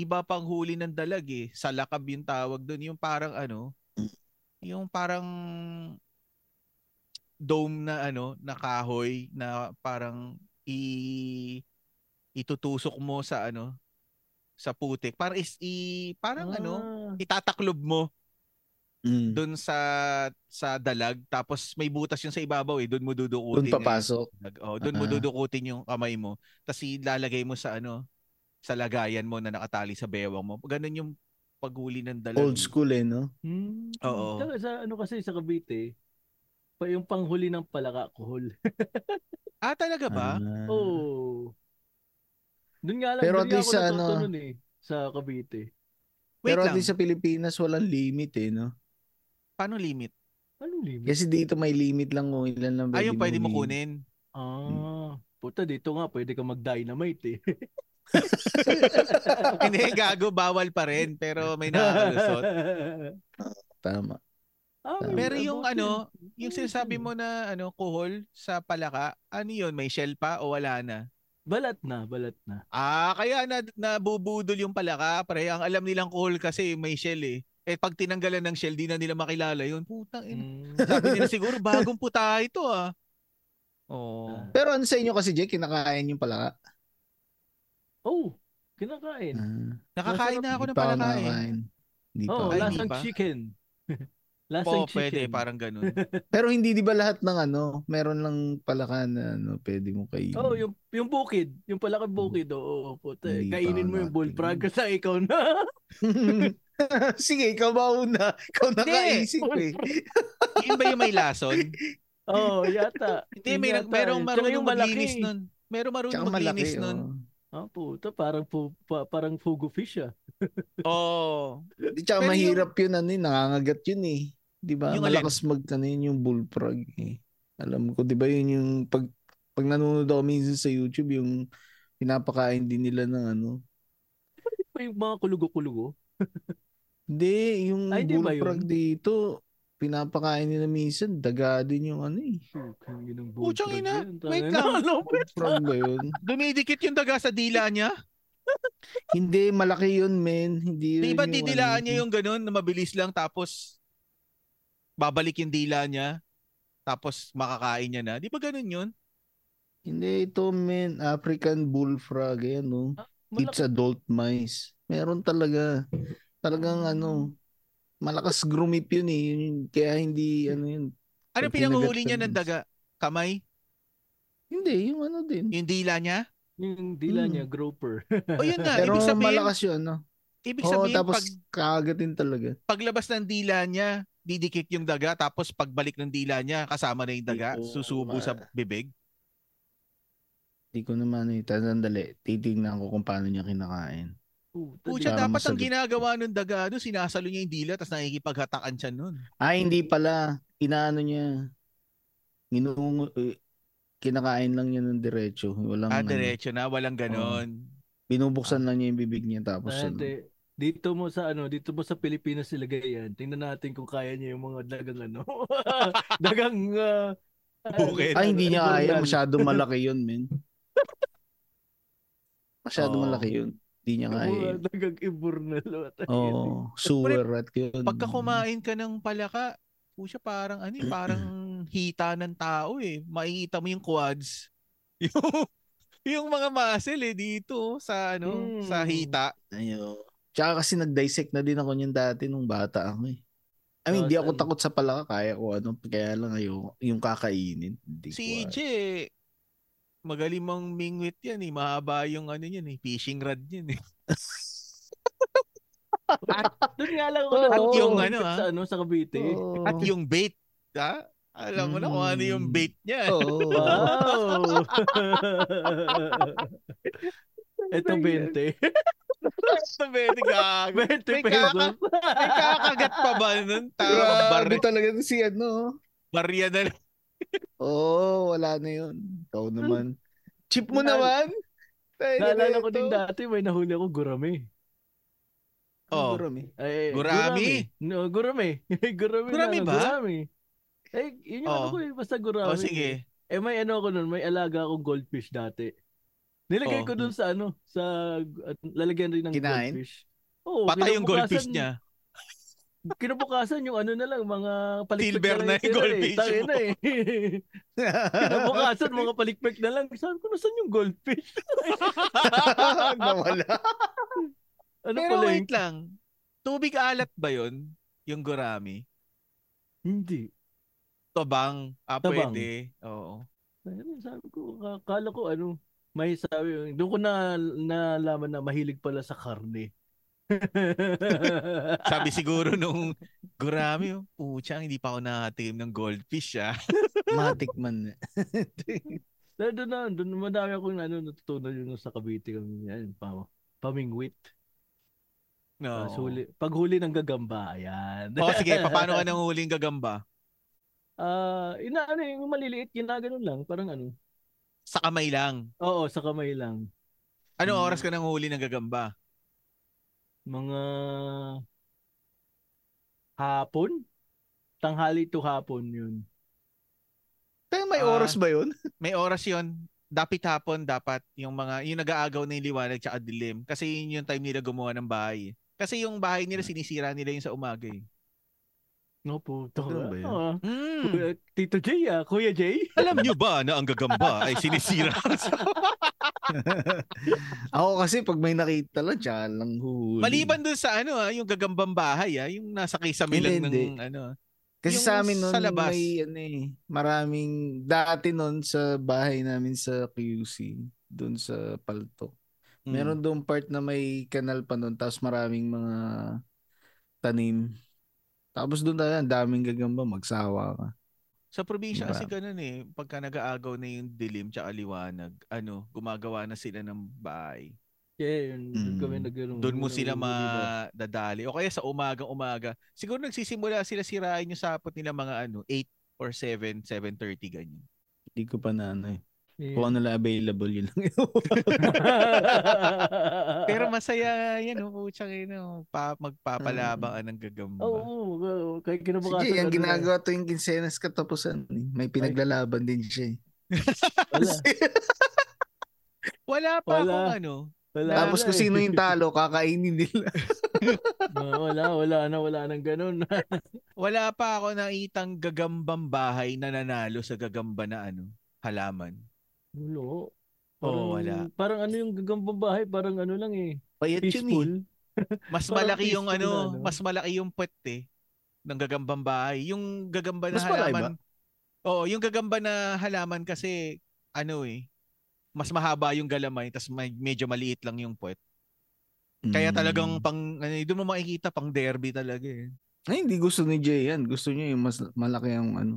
S1: iba pang huli ng dalag eh. Salakab yung tawag doon, yung parang ano, yung parang dome na ano, na kahoy na parang i itutusok mo sa ano, sa putik. Parang is i parang ano,
S3: Ah.
S1: itataklob mo
S2: mm.
S1: doon sa sa dalag tapos may butas yun sa ibabaw eh, doon mo
S2: Doon
S1: dudukutin. yung-
S2: papasok.
S1: Nag, oh, doon mo
S2: Ah.
S1: dudukutin yung kamay mo. Tapos ilalagay mo sa ano, sa lagayan mo na nakatali sa bewang mo. Ganun yung paghuli ng dalaw.
S2: Old school eh, no?
S3: Hmm.
S1: Oo.
S3: Taka, Sa, ano kasi sa Cavite, pa yung panghuli ng palaka, kuhol.
S1: Ah, talaga ba? Oh,
S2: Ah.
S3: Oo. Doon nga lang,
S2: Pero
S3: doon
S2: at
S3: nga
S2: least
S3: ako
S2: sa
S3: natuto
S2: ano-
S3: nun eh, sa Cavite.
S1: Wait
S2: Pero
S1: lang,
S2: at least sa Pilipinas, walang limit eh, no?
S1: paano limit?
S3: Ano limit?
S2: Kasi dito may limit lang kung ilan lang
S1: Ayun, pwede mo
S2: huliin.
S1: kunin.
S3: Ah, puta dito nga, pwede ka mag-dynamite eh.
S1: Hindi, [laughs] gago, bawal pa rin. Pero may nakakalusot.
S2: Tama.
S3: [laughs] Ah, may
S1: Pero yung
S3: abutin.
S1: ano, Yung sinasabi mo na ano, kuhol sa palaka, ano yun? May shell pa o wala na?
S3: Balat na, balat na.
S1: Ah, kaya na, nabubudol yung palaka. Pre, ang alam nilang kuhol kasi may shell eh. Eh, pag tinanggalan ng shell, di na nila makilala yun. Putang ina.
S3: Mm.
S1: Sabi nila siguro, bagong puta ito ah. Oo.
S3: Ah.
S2: Pero ano sa inyo kasi, Jake, kinakain yung palaka?
S3: Oh, kinakain.
S2: Ah,
S1: Nakakain na ako
S2: di
S1: ng
S2: pa ako
S1: palaka eh.
S2: nakakain. Di pa. ako.
S3: Oo,
S1: Ay, last-
S3: Oh, lasang
S1: di pa.
S3: chicken. [laughs]
S1: Oo,
S3: lasang chicken.
S1: pwede, parang ganun.
S2: Pero hindi di ba lahat ng ano, meron lang palaka na ano, pwede mo kainin.
S3: Oh, yung yung bukid, yung palakad
S1: Hmm.
S3: bukid, oo, oh, puta.
S2: Hindi pa
S3: Kainin mo
S2: natin.
S3: yung bullfrog kasi ikaw na. [laughs]
S2: [laughs] Sige, ikaw ba una? Ikaw nakaisip eh.
S1: yun ba yung may
S3: [laughs]
S1: lason?
S3: Oo, oh, yata.
S1: Hindi,
S3: Yun
S1: may,
S3: yata eh.
S1: merong
S3: Tsaka
S1: marunong
S3: yung malaki.
S1: maglinis nun. Merong marunong
S2: Tsaka malaki.
S1: maglinis nun.
S2: Oh.
S3: Ah, puta, parang pu, pa, parang fugu fish ah.
S2: oh.
S1: Oo.
S2: Di, tsaka
S1: Pero
S2: mahirap yun, ano yun, nangangagat yun eh. Di ba?
S1: Yung
S2: Malakas magkano yun yung bullfrog eh. Alam ko, di ba yun yung pag, pag nanonood ako minsan sa YouTube, yung pinapakain din nila ng ano.
S3: Pa Yung mga kulugo-kulugo.
S2: Hindi, yung
S3: Ay, di ba
S2: bullfrog
S3: yun?
S2: dito, pinapakain nila minsan, daga din yung ano eh.
S3: Puchang yun ang
S1: Puchang
S3: bullfrog
S1: ina,
S3: yan.
S1: wait
S3: Tangina,
S1: lang.
S3: [laughs] ano ba?
S2: Bullfrog ba
S1: [laughs]
S2: yun?
S1: Dumidikit yung daga sa dila niya.
S2: Hindi, malaki yun, men. Hindi yun
S1: Di ba
S2: yung
S1: didilaan
S2: ano.
S1: niya yung ganun na mabilis lang tapos babalik yung dila niya tapos makakain niya na. Di ba ganun yun?
S2: Hindi, ito, men. African bullfrog. Ayan, no.
S1: Ah,
S2: It's
S3: Malaki.
S2: adult mice. Meron talaga.
S1: Ah.
S2: Talagang ano, malakas grumip yun eh. Yun, yung- kaya hindi ano yun.
S1: Ano
S2: Pag
S1: pinanguhuli
S2: kinagat
S1: niya
S2: ka
S1: ng
S2: dun.
S1: daga? Kamay?
S2: Hindi, yung ano din.
S1: Yung dila niya?
S3: Yung dila
S2: Hmm.
S3: niya, groper.
S1: O yun na,
S2: Pero
S1: ibig sabihin,
S2: malakas yun, no?
S1: ibig
S2: Oo,
S1: sabihin
S2: tapos
S1: pag,
S2: kakagatin talaga.
S1: paglabas ng dila niya, didikit yung daga tapos pagbalik ng dila niya kasama na yung daga,
S2: Oo,
S1: susubo
S2: ma-
S1: sa bibig.
S2: Hindi ko naman eh. Tandali, titignan ko kung paano niya kinakain.
S3: Puta,
S1: Pucha,
S2: Para
S3: di-
S1: dapat ang
S2: masagot.
S1: ginagawa nung daga, ano, sinasalo niya yung dila tapos nakikipaghatakan siya nun.
S2: Ah, hindi pala. Inaano niya. Ginungo, eh, kinakain lang niya ng diretso. Walang
S1: Ah,
S2: ano.
S1: diretso na, walang ganon.
S2: Binubuksan lang niya yung bibig niya tapos
S1: Ah,
S2: ano.
S3: Dati, dito mo sa ano, dito mo sa Pilipinas ilagay yan. Tingnan natin kung kaya niya yung mga dagang ano. [laughs] dagang ah,
S1: Bukid.
S2: Ay, hindi niya kaya.
S1: [laughs]
S3: Burlan.
S2: Masyado malaki yun, men. Masyado
S1: Oo.
S2: malaki yun. Hindi niya
S3: Yung
S2: kaya.
S3: mga
S2: yun.
S3: Dagang iburnal.
S2: eh. Oo. Oh, sewer rat yun.
S1: Pagka kumain ka ng palaka, pucha parang ano eh, parang hita ng tao eh. Makikita mo yung quads. [laughs] Yung, yung mga muscle eh dito sa ano,
S3: Mm.
S1: sa
S2: Hmm.
S1: hita.
S2: Ayun. Tsaka kasi nag-dissect na din ako niyan dati nung bata ako eh. I
S1: Ah,
S2: mean,
S3: Oh,
S2: di ako
S3: saan?
S2: takot sa palaka. Kaya ko ano. Kaya lang ayoko. Yung kakainin. Hindi ko
S1: Si
S2: kaya.
S1: EJ eh, magaling mang mingwit yan eh. Mahaba yung ano yan eh, fishing rod yan eh.
S3: Doon nga lang ako
S2: Oo.
S3: natutuwa
S1: Yung ano,
S3: sa ano sa Cavite.
S2: Oo.
S1: At [laughs] yung bait, ha? Alam mo na kung ano yung
S2: Mm.
S1: bait niya. [laughs]
S2: Oo.
S3: Wow. [laughs] Ito 20. [laughs]
S1: Basta pwede gago.
S3: 20
S1: May
S3: pesos.
S1: kaka- May kakagat pa ba nun? Tama,
S2: Grabe
S1: barya,
S2: talaga si ano.
S1: barya na lang.
S2: Oo, oh, wala na yun. Ikaw naman. Chip mo
S3: Nal-
S2: naman. Tayo na
S3: Naalala ko
S2: ito.
S3: din dati may nahuli ako gurame.
S1: Oh.
S2: Gurami.
S1: Gurami?
S3: Ay, Gurami. No, gurame. [laughs] gurame
S1: Gurami
S3: na,
S1: ba?
S3: Gurami. Eh, yun yung
S1: Oh.
S3: ano ko eh, basta
S1: O
S3: gurami.
S1: oh, sige.
S3: Eh may ano ako nun, may alaga akong goldfish dati. Nilagay
S1: Oh.
S3: ko dun sa ano, sa at lalagyan rin ng
S2: Kinain?
S3: goldfish. Oo,
S1: Patay yung
S3: kinabukasan-
S1: goldfish
S3: [laughs]
S1: [laughs] niya.
S3: Kinabukasan yung ano na lang, mga palikpik
S1: Silver na
S3: na lang
S1: yung
S3: tira
S1: goldfish
S3: Eh. Tangin
S1: mo.
S3: na eh. [laughs] Kinabukasan, mga palikpik na lang. Saan ko nasan yung goldfish?
S2: [laughs] Nawala.
S3: Ano
S1: Pero
S3: pala
S1: wait
S3: yung...
S1: lang. Tubig alat ba yon Yung gurami?
S3: Hindi.
S1: Tabang. Ah,
S3: Tabang.
S1: pwede. Oo.
S3: Ayun, Sabi ko, akala ko ano, may sabi, doon ko na nalaman na mahilig pala sa karne. [laughs]
S1: Sabi siguro nung gurami, oh, pucha, hindi pa ako nakatikim ng goldfish ah.
S2: Matikman na.
S3: Pero doon na, doon madami akong ano, natutunan yun sa Cavite kami. Yan, pa, pamingwit.
S1: No.
S3: Tapos huli- paghuli ng gagamba, ayan.
S1: Oh, sige, paano ka nang huling gagamba?
S3: [laughs] Ah, ina, ano, yung maliliit, ginaganon lang. Parang ano.
S1: Sa kamay lang.
S3: Oo, sa kamay lang.
S1: Anong
S3: Hmm.
S1: oras ka nang huli ng gagamba?
S3: Mga hapon? Tanghali to hapon yun.
S2: Tayo may
S1: Ah.
S2: oras ba yun?
S1: May oras yon Dapat hapon, dapat yung mga, yung nag-aagaw na yung liwanag tsaka dilim. Kasi yun yung time nila gumawa ng bahay. Kasi yung bahay nila, sinisira nila yung sa umaga eh.
S3: No, puto.
S2: Ganun ba yun?
S3: Ah,
S2: Mm.
S1: Hmm.
S3: Kuya- Tito Jay, ah. Kuya Jay.
S1: Alam nyo ba na ang gagamba ay sinisira? [laughs]
S2: Ako kasi pag may nakita lang, tsaka lang huhuli.
S1: Maliban dun sa ano ah, yung gagambang bahay ah, yung nasa kisame
S2: Hindi,
S1: lang ng
S2: hindi.
S1: ano.
S2: Kasi
S1: Yung
S2: sa amin nun,
S1: sa labas.
S2: may ano eh, maraming, dati nun sa bahay namin sa QC, dun sa Paltok.
S1: Mm.
S2: Meron doon part na may kanal pa nun, tapos maraming mga tanim. Tapos doon talaga, ang daming gagamba, magsawa ka.
S1: Sa probinsya kasi
S2: Marami.
S1: ganun eh, pagka nag-aagaw na yung dilim tsaka liwanag, ano, gumagawa na sila ng bahay.
S3: Yeah, yun. Doon
S2: Mm.
S3: kami nagkaroon.
S1: Doon mo
S3: Nagkaroon
S1: sila
S3: ng huli ba?
S1: madadali. O kaya sa umagang-umaga. Siguro nagsisimula sila sirain yung sapot nila mga ano, 8 or 7, 7.30 ganyan.
S2: Hindi ko pa na ano eh.
S3: Yeah. [laughs]
S2: Kung ano lang available, yun lang. [laughs]
S3: Ah.
S1: Pero masaya yan, oh, putsang ino, pa, magpapalabangan ng gagamba.
S3: Mm. Oo, oo, oo. Kahit
S2: si
S3: kinabukasan.
S2: Jay, ang
S3: ano na,
S2: ginagawa to yung kinsenas katapusan. eh. May pinaglalaban din siya eh.
S3: Wala,
S1: Wala pa
S3: Wala.
S1: akong ano.
S3: wala
S2: [laughs] Tapos
S3: na
S2: kung
S3: eh.
S2: sino yung talo, kakainin nila.
S3: [laughs] Ah, wala, wala na, wala nang ganun. [laughs]
S1: Wala pa ako nakitang gagambang bahay na nanalo sa gagamba na ano, halaman.
S3: Wala.
S1: Oo, wala.
S3: Parang ano yung gagambang bahay, parang ano lang eh.
S2: Payat yun eh.
S3: Peaceful.
S1: Mas
S3: Parang
S1: malaki yung
S3: peaceful na,
S1: ano,
S3: no?
S1: mas malaki yung puwet eh ng gagambang bahay. Yung gagamba na
S2: Mas malaki
S1: halaman. Oo, yung gagamba na halaman kasi ano eh, mas mahaba yung galamay tas may, medyo maliit lang yung puwet.
S2: eh.
S1: Kaya
S2: Hmm. Mm.
S1: talagang pang ano, doon mo makikita pang derby talaga eh.
S2: Ay, hindi gusto ni Jay yan. Gusto niya yung mas malaki ang
S1: [laughs]
S2: ano.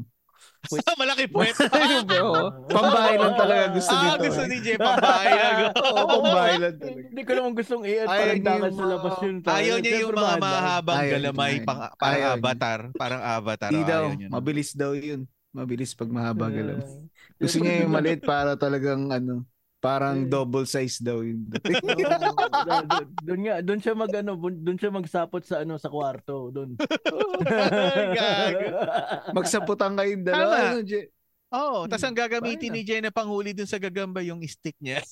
S1: malaki puwet.
S2: [laughs]
S1: [laughs]
S2: Ayun ba, oh. Pambahay lang talaga gusto
S1: eh. ah,
S2: nito.
S1: gusto
S2: eh.
S1: ni Jeff ang bahay lang. oh.
S2: [laughs] Oo, pambahay lang talaga.
S3: Hindi ko naman gustong i-add
S2: Ayaw
S3: parang
S2: niya
S3: dakan
S2: yung
S3: sa
S2: mga-
S3: labas yun.
S1: Ayaw niya yung
S3: Siyempre,
S1: mga
S3: bahan lang.
S1: mahabang
S2: Ayaw
S1: galamay,
S2: niya.
S1: pang,
S2: Ayaw
S1: parang
S2: niya.
S1: avatar. Parang avatar. oh,
S2: Hindi daw.
S1: ayaw niya.
S2: Mabilis daw yun. Mabilis pag mahaba galamay.
S3: Ah.
S2: Gusto niya yung maliit para talagang ano, parang
S3: Eh.
S2: double size daw yun. [laughs]
S3: Oo, [laughs] doon- doon nga, doon siya mag ano, doon siya magsapot sa ano sa kwarto, doon.
S1: [laughs] Gago.
S2: Magsaputan kayo dalawa.
S1: Tama.
S2: Ano, Je?
S1: Oo, Oh, tas
S3: Hmm,
S1: ang gagamitin
S3: fine
S1: ni Jenna panghuli dun sa gagamba yung stick
S2: [laughs]
S1: niya.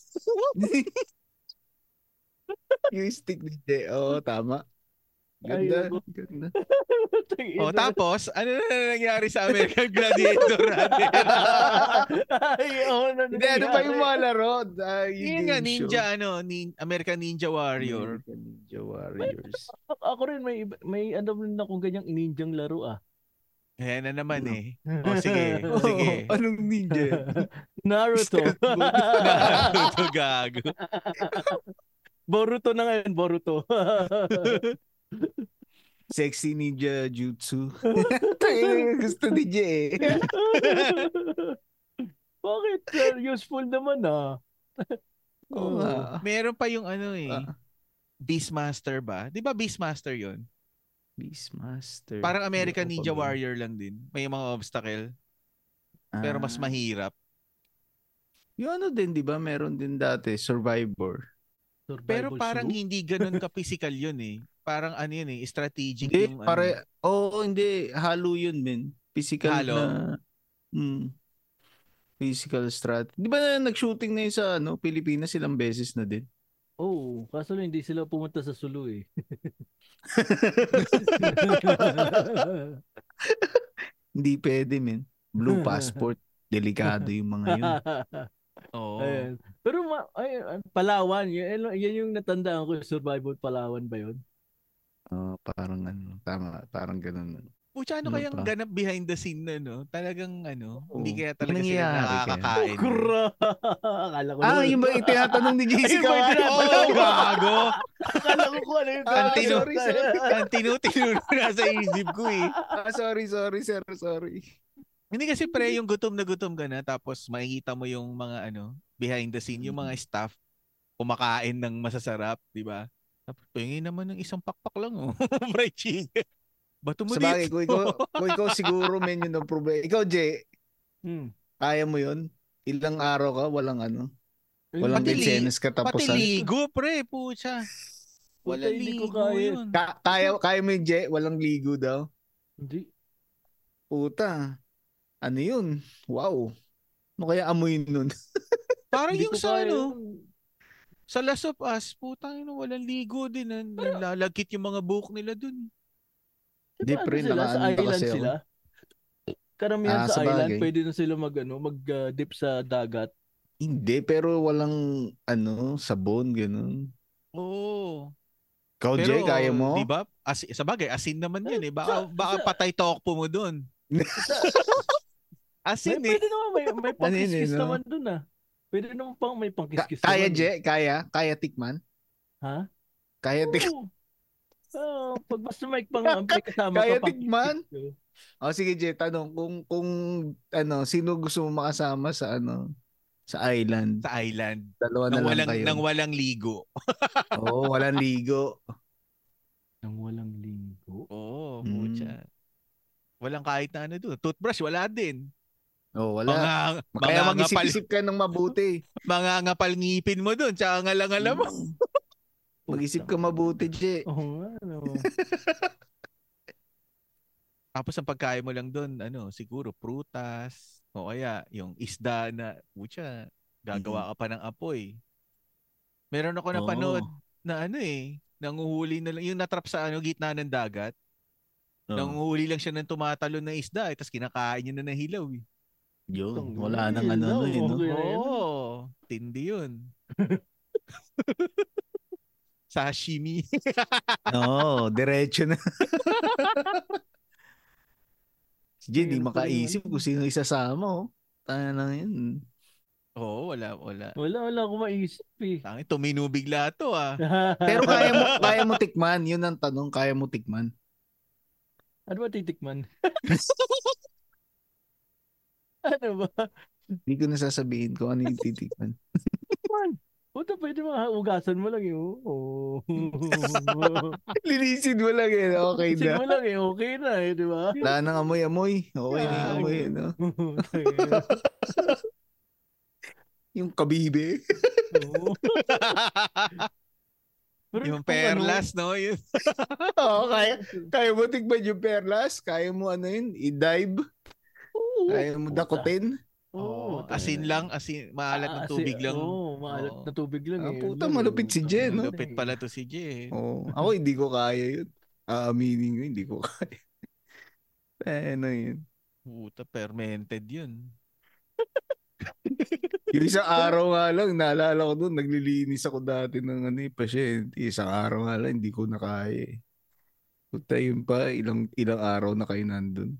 S2: [laughs] yung stick ni Je. Oo, tama.
S3: Ay,
S2: Ganda.
S3: nako.
S2: [laughs] ganda.
S1: o tapos, ano na nangyari sa American Gladiator
S2: [laughs]
S1: natin?
S3: [laughs]
S1: [laughs]
S3: Ay, oo, ano
S2: Hindi, ano pa yung mga laro? Ah, yung
S1: Yun nga,
S2: game show.
S1: Ninja, ano, nin, American Ninja Warrior.
S2: American Ninja Warriors.
S3: Ako rin may iba- may ano rin akong ganyang ninjang laro ah.
S1: Ayan na naman
S2: Ano?
S1: eh. [laughs] O,
S3: [laughs]
S1: sige.
S2: [laughs] Oo,
S1: Sige.
S2: anong [laughs] ninja?
S3: Naruto. [laughs]
S2: Step
S1: Naruto
S2: [laughs]
S1: gago.
S3: Boruto na ngayon, Boruto.
S2: Sexy Ninja [laughs] Jutsu. Tayo, gusto ni Je eh.
S3: [laughs] Bakit? sir? Useful naman ah.
S2: [laughs] Oo nga.
S1: Meron pa yung ano eh.
S2: Ah.
S1: Beastmaster ba? Di ba Beastmaster yon?
S2: Beastmaster.
S1: Parang American
S2: Hindi
S1: Ninja
S2: ako pa
S1: Warrior lang din. May mga obstacle,
S2: ganun.
S1: pero mas
S2: Ah.
S1: mahirap.
S2: Yung ano din, di ba? Meron din dati, Survivor.
S1: Pero
S3: Survival
S1: parang
S3: show?
S1: hindi ganun ka-physical yun eh. Parang ano yun eh, strategic
S2: Hindi,
S1: yung ano.
S2: pare... Oo, hindi. Halo yun, men. Physical
S1: Halo?
S2: na... Mm, physical strat. Di ba na nag-shooting na yun sa ano, Pilipinas ilang beses
S1: [laughs]
S2: na din?
S3: Oo, kaso lang hindi sila pumunta sa Sulu eh.
S2: Hindi pwede, men. Blue
S1: [laughs]
S2: passport. Delikado yung mga yun.
S1: Oo.
S3: [laughs] Ayan. Pero ma- ay, ay, Palawan, yan, yan yung natandaan ko, survival Palawan ba yun?
S2: Oo, parang ano, tama, parang ganun.
S1: Pucha, ano
S2: Ano
S1: kayang
S2: pa?
S1: ganap behind the scene na, no? Talagang, ano,
S2: Oo.
S1: hindi kaya
S2: Ano
S1: talaga sila
S2: nangyayari kaya?
S3: Oh,
S1: nakakakain. eh.
S3: kura! [laughs] Akala ko
S2: Ah,
S3: naman-
S2: yung ba
S1: [laughs]
S2: itinatanong ni "Oh, JC
S3: Ayun ba yung
S2: Kawada?
S3: tinatanong?
S1: Oo, gago!
S3: [laughs] Akala ko kung ano yung
S1: Ang tino-
S2: sorry, sorry.
S1: [laughs] Ang tinutino na nasa isip ko eh.
S2: Ah, sorry, sorry, sir, sorry.
S1: Hindi kasi pre, yung gutom na gutom ka na, tapos makikita mo yung mga ano, behind the scene, yung mga
S2: Mm.
S1: staff, kumakain ng masasarap, di ba? Tapos tingin naman ng isang pakpak lang, oh. [laughs] fried chicken. Bato mo
S2: Sa
S1: dito.
S2: bagay, kung ikaw, kung ikaw siguro menu ng problema. Ikaw, Jay,
S3: Hmm.
S2: kaya mo yun? Ilang araw ka, walang ano?
S3: Ayun,
S2: Walang
S1: Pati li-
S2: bitsenes
S1: [laughs] Pati
S2: katapusan.
S1: ligo, pre, pucha.
S3: Wala, hindi ko
S1: ligo
S3: kaya.
S1: yun.
S2: Ka- kaya, kaya mo yun, Jay? Walang ligo daw?
S3: Hindi.
S2: Puta. Ano yun? Wow. Ano kaya amoy nun? [laughs]
S1: Parang
S3: Hindi
S1: yung
S3: ko
S1: sa
S3: kaya
S1: ano,
S3: yun.
S1: sa Last of Us, putang ina, walang ligo din. ah. Nalalagkit yung mga buhok nila dun. eh.
S3: Diba,
S2: Hindi,
S3: ano
S2: pre,
S3: sila, sa
S2: nakaano na
S3: island
S2: kasi ako.
S3: sila. oh. Karamihan
S2: Ah,
S3: sa,
S2: sa
S3: island,
S2: bagay.
S3: pwede na sila mag, ano, mag-dip sa dagat.
S2: Hindi, pero walang ano, sabon, ganun.
S1: Oo.
S2: Ikaw, Jay, kaya mo?
S1: Di ba? As, sa bagay, asin naman yun eh. Baka,
S3: Sa-
S1: baka
S3: sa-
S1: patay tokpo mo dun.
S3: May,
S1: [laughs] Asin eh.
S3: pwede naman, may, may
S2: [laughs] Ano yun,
S3: pangkiskis
S2: eh, no?
S3: naman dun ah. Pwede naman pang may
S2: Ka-
S3: pangkiskis
S2: kaya,
S3: naman.
S2: Jay, kaya? Kaya tikman?
S3: Ha?
S2: Kaya tik
S3: Oo. Oo, pag basta may pang may kasama
S2: Kaya
S3: ka pang
S2: tikman?
S3: kiskis ko.
S2: O oh, sige, Jay, tanong kung kung ano, sino gusto mo makasama sa ano, sa island?
S1: Sa island.
S2: Dalawa na
S1: Nang
S2: Ano lang
S1: walang,
S2: kayo.
S1: nang walang ligo.
S2: Oo, walang ligo.
S3: Nang walang linggo.
S1: Oo,
S2: Mm.
S1: pucha. Walang kahit na ano doon. Toothbrush, wala din.
S2: Oo, wala.
S1: Mga, mga,
S2: Kaya
S1: ngapal,
S2: mag-isip ka ng mabuti.
S1: mga ngapal ngipin mo doon. Tsaka
S2: Hmm.
S1: ngalang-alam mo.
S2: Mag-isip ka mabuti, Jay.
S3: Oo nga, ano.
S1: Tapos ang pagkain mo lang doon, ano, siguro prutas, o kaya yung isda na, pucha,
S3: Mm.
S1: gagawa ka pa ng apoy. Meron ako napanood
S3: Oh.
S1: na ano eh, nanguhuli na lang, yung natrap sa ano, gitna ng dagat,
S3: Oh.
S2: Oo.
S1: nanguhuli lang siya ng tumatalon na isda, eh, tapos kinakain niya na ng hilaw. Eh.
S2: Yun, wala nang ano, ano, eh, no?
S3: Okay na yun.
S1: Oo, tindi
S3: [laughs]
S1: yun. Sashimi. [laughs]
S2: Oo, diretso [laughs] na. Sige, di
S3: Ayun,
S2: makaisip
S3: tuloy.
S2: kung sino isasama, oh. Tanga lang yun.
S1: Oo, wala, wala.
S3: Wala, wala akong maisip
S2: [laughs]
S3: eh.
S1: Tangin, tumino bigla to ah.
S2: Pero kaya mo, kaya mo tikman. Yun ang tanong, kaya mo tikman.
S3: ano ba titikman? [laughs] ano ba?
S2: Hindi ko na sasabihin kung ano yung titikman.
S3: Man, puta pwede mga ugasan mo lang yun.
S2: [laughs]
S3: Oo.
S2: [laughs] Linisin mo lang yun. Okay
S3: Ugasan mo lang eh, okay na eh, di
S2: [laughs]
S3: ba?
S2: Wala nang amoy-amoy. Okay na yung
S1: Yeah.
S2: amoy. Ano? Yung kabibe.
S3: Oo. [laughs] Pero
S1: [laughs] yung
S3: kung ano,
S1: perlas, no? Yun.
S2: [laughs] Oo, kaya, kaya mo tikman yung perlas. Kaya mo ano yun, i-dive.
S3: Oo.
S2: Kaya mo dakutin.
S1: Oo,
S3: Oo,
S2: Ano
S1: asin lang, asin, maalat ng
S3: Ah,
S1: tubig
S3: kasi-
S1: lang.
S3: Oo, maalat
S1: Oo.
S3: na tubig lang
S2: Ah,
S3: eh.
S2: puta,
S3: Yun lang,
S2: malupit si
S3: yun.
S2: Jen,
S3: Ang
S2: oh, no?
S1: Lupit
S3: eh.
S1: pala to si Jay.
S2: Oo. Ako hindi ko kaya yun. Aaminin ko, hindi ko kaya. [laughs] Eh, ano yun?
S1: Puta, fermented
S2: [laughs]
S1: yun.
S2: Yung isang araw nga lang, naalala ko doon, naglilinis ako dati ng ano, eh, pasyente. Isang araw nga lang, hindi ko na kaya. eh. Puta, yun pa, ilang, ilang araw na kayo nandun.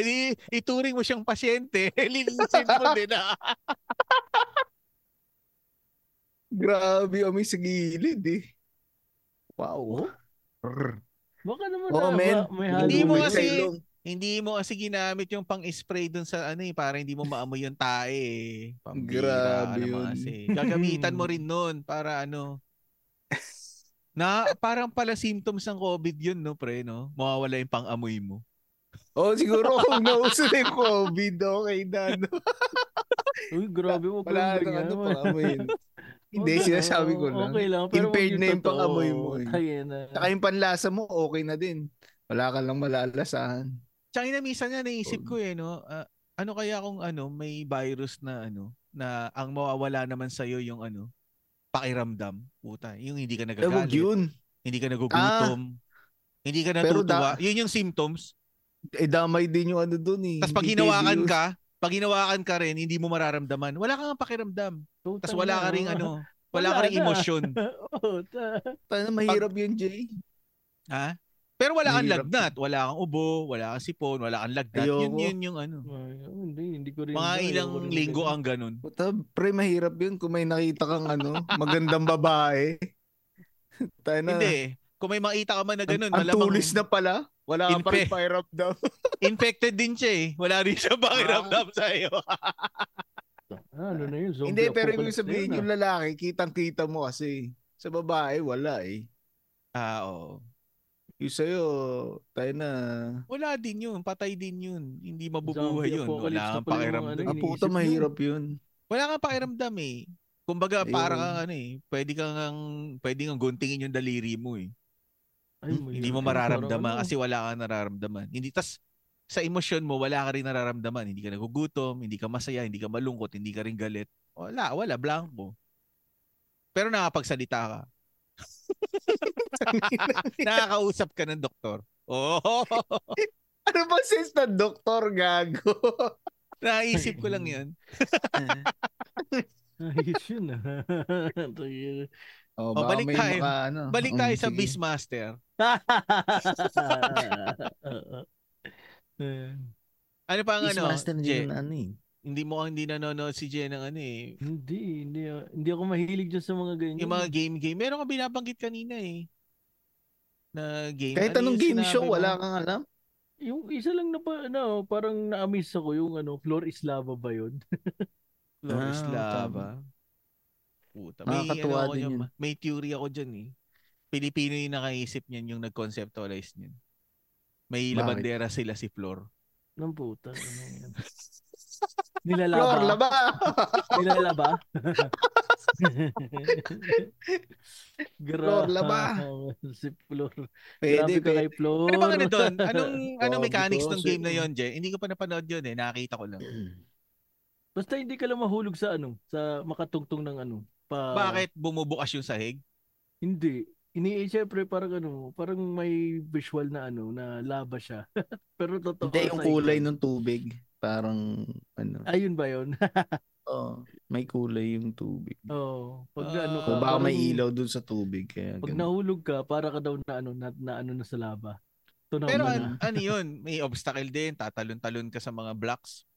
S1: Hindi, ituring mo siyang pasyente. [laughs] Linisin mo din ah.
S2: Grabe kami sa gilid eh. Wow. Rrr.
S3: Baka naman
S2: Oo,
S3: ah,
S2: men.
S3: ma- may
S1: Hindi
S3: halo
S1: mo
S3: ba yun?
S1: kasi-
S2: Sa ilong.
S1: Hindi mo kasi ginamit yung pang-spray dun sa ano eh, para hindi mo maamoy yung tae eh. Pambira naman
S2: Grabe yun.
S1: kasi. Gagamitan
S2: [laughs]
S1: mo rin nun para ano. Na parang pala symptoms ng COVID yun no pre no. Mawawala yung pang-amoy mo.
S2: Oh, siguro kung nauso na yung COVID, okay na.
S3: [laughs]
S2: No?
S3: eh. Uy, grabe mo
S2: Wala na ano pang amoy. Hindi, sinasabi ko lang.
S3: Okay lang, pero wag
S2: Impaired na yung
S3: totoo.
S2: pang-amoy mo eh.
S3: Ay, yan na.
S2: Saka yung panlasa mo, okay na din. Wala ka lang malalasahan.
S1: Tsaka na minsan nga naisip ko eh, no? ah, ano kaya kung ano, may virus na ano, na ang mawawala naman sa'yo yung ano, pakiramdam. Puta, yung hindi ka
S2: Eh, wag
S1: nagagalit,
S2: yun. Ah.
S1: hindi ka nagugutom, hindi ka
S2: Pero
S1: natutuwa. Yun yung symptoms.
S2: Eh, damay din yung ano dun eh.
S1: Tapos pag
S2: Hindi
S1: hinawakan
S2: pwede yun.
S1: ka, pag hinawakan ka rin, hindi mo mararamdaman. Wala kang pakiramdam. Tapos wala ka rin
S3: [laughs]
S1: ano, wala
S3: Wala
S1: ka rin
S3: na.
S1: emosyon.
S3: Oo, ta-
S2: Tana, mahirap yun, Jay.
S1: Ha? Pero wala kang
S2: Mahirap.
S1: lagnat, wala kang ubo, wala kang sipon, wala kang lagnat. Yun,
S2: Ayoko. ano,
S1: yun yung ano.
S3: Ay, oh, hindi, hindi ko rin.
S1: Mga
S3: ayaw
S1: ilang
S3: ko rin
S1: linggo
S3: ganun.
S1: ang ganun.
S2: Puta, pre, mahirap yun kung may nakita kang ano, magandang babae. Tayo na.
S1: Hindi. eh. Kung may makita ka man na ganun,
S2: ang, ang
S1: malamang
S2: tulis na pala. Wala ka pa
S1: Inpe.
S2: rin pakiramdam.
S1: infected din siya eh. Wala rin siya pakiramdam sa iyo.
S3: Ah, ano na yun? Zombie
S2: Hindi, pero
S3: apocalypse
S2: ibig
S3: na yun,
S2: sabihin
S3: ah.
S2: yung lalaki, kitang-kita mo kasi. Sa babae, wala eh.
S1: [laughs] ah, oo.
S2: Yung sa'yo, tayo na.
S1: Wala din yun. Patay din yun. Hindi mabubuhay
S3: Zombie
S1: yun.
S3: apocalypse na
S1: Wala kang
S3: pala yung
S1: pakiramdam.
S3: ano,
S2: Ah, puta,
S3: iniisip yun.
S2: mahirap yun. [laughs]
S1: Wala kang pakiramdam eh. Kumbaga, parang
S2: Ayun.
S1: kang ano eh. Pwede kang, pwede kang guntingin yung daliri mo eh.
S3: Ay, mahirap
S1: hindi mo
S3: yun, parang
S1: mararamdaman
S3: ano.
S1: kasi wala kang nararamdaman. Hindi tas sa emosyon mo wala ka rin nararamdaman. Hindi ka nagugutom, hindi ka masaya, hindi ka malungkot, hindi ka rin galit. Wala, wala blanco. Pero nakapagsalita ka. [laughs] Nakakausap ka ng doktor. Oh, [laughs]
S2: ano ba sis na doktor gago?
S1: naisip ko lang 'yun.
S3: [laughs] Ayos yun ah. Tangina. [laughs]
S2: oh,
S1: baka balik may tayo.
S2: ano.
S1: Balik tayo sa
S2: [laughs]
S1: Beastmaster.
S3: Eh,
S1: Ano pa ang ano?
S5: Beastmaster
S1: Je?
S5: din yun, ano eh.
S1: Hindi mo ang hindi nanonood si Jen ng ano eh.
S3: hindi, hindi, ah, hindi ako mahilig dyan sa mga ganyan.
S1: Yung
S2: Hmm.
S1: mga game game. Meron kang binabanggit kanina eh. Na game.
S2: Kahit
S1: Ano
S2: anong
S1: yung
S2: game
S1: sinabi
S2: show,
S1: mo?
S2: wala kang alam.
S3: Yung isa lang na pa, ano, parang na-amaze ako yung ano, floor is lava ba yun? [laughs]
S1: Loris
S2: Ah,
S1: Lava.
S2: tama.
S1: Puta. ano
S2: Nakakatuwa
S1: ako
S2: din
S1: dyan,
S2: yun.
S1: ma- May theory ako dyan eh. Pilipino yung nakaisip niyan, yung nag-conceptualize niyan. May
S2: Bakit?
S1: labandera sila si Flor.
S3: Ng puta. Ano
S1: [laughs]
S3: yan?
S2: Floor,
S3: Nilalaba.
S2: laba.
S1: [laughs]
S3: [laughs] Nilalaba. [laughs]
S2: Floor, laba.
S3: Grabe, [laughs] Si Flor.
S2: pwede,
S3: Grabe ka
S2: pwede.
S3: kay Flor.
S1: Ano bang ano doon?
S3: [laughs]
S1: Anong, anong
S2: Oh,
S1: mechanics ng
S2: because,
S1: game na
S2: eh.
S1: yon, Jay? Hindi ko pa napanood yun eh. Nakakita ko lang.
S3: Basta hindi ka lang mahulog sa ano, sa makatungtong ng ano. Pa,
S1: Bakit bumubukas yung sahig?
S3: Hindi. Ini, eh, syempre, parang ano, parang may visual na ano, na laba siya. [laughs] Pero totoo.
S2: Hindi, yung
S3: sa
S2: kulay
S3: iba.
S2: ng tubig. Parang, ano.
S1: Ah.
S3: Ayun ba yun? [laughs]
S2: Oh, may kulay yung tubig.
S3: Oo.
S1: Ah.
S3: pag na ano ka,
S2: O baka may
S3: parang-
S2: ilaw dun sa tubig. Kaya
S3: Pag
S2: ganun.
S3: nahulog ka, para ka daw na ano, na, na ano na sa laba. ah. Tunaw
S1: Pero
S3: na
S1: an-
S3: na.
S1: ano yun? May obstacle din. Tatalon-talon ka sa mga blocks.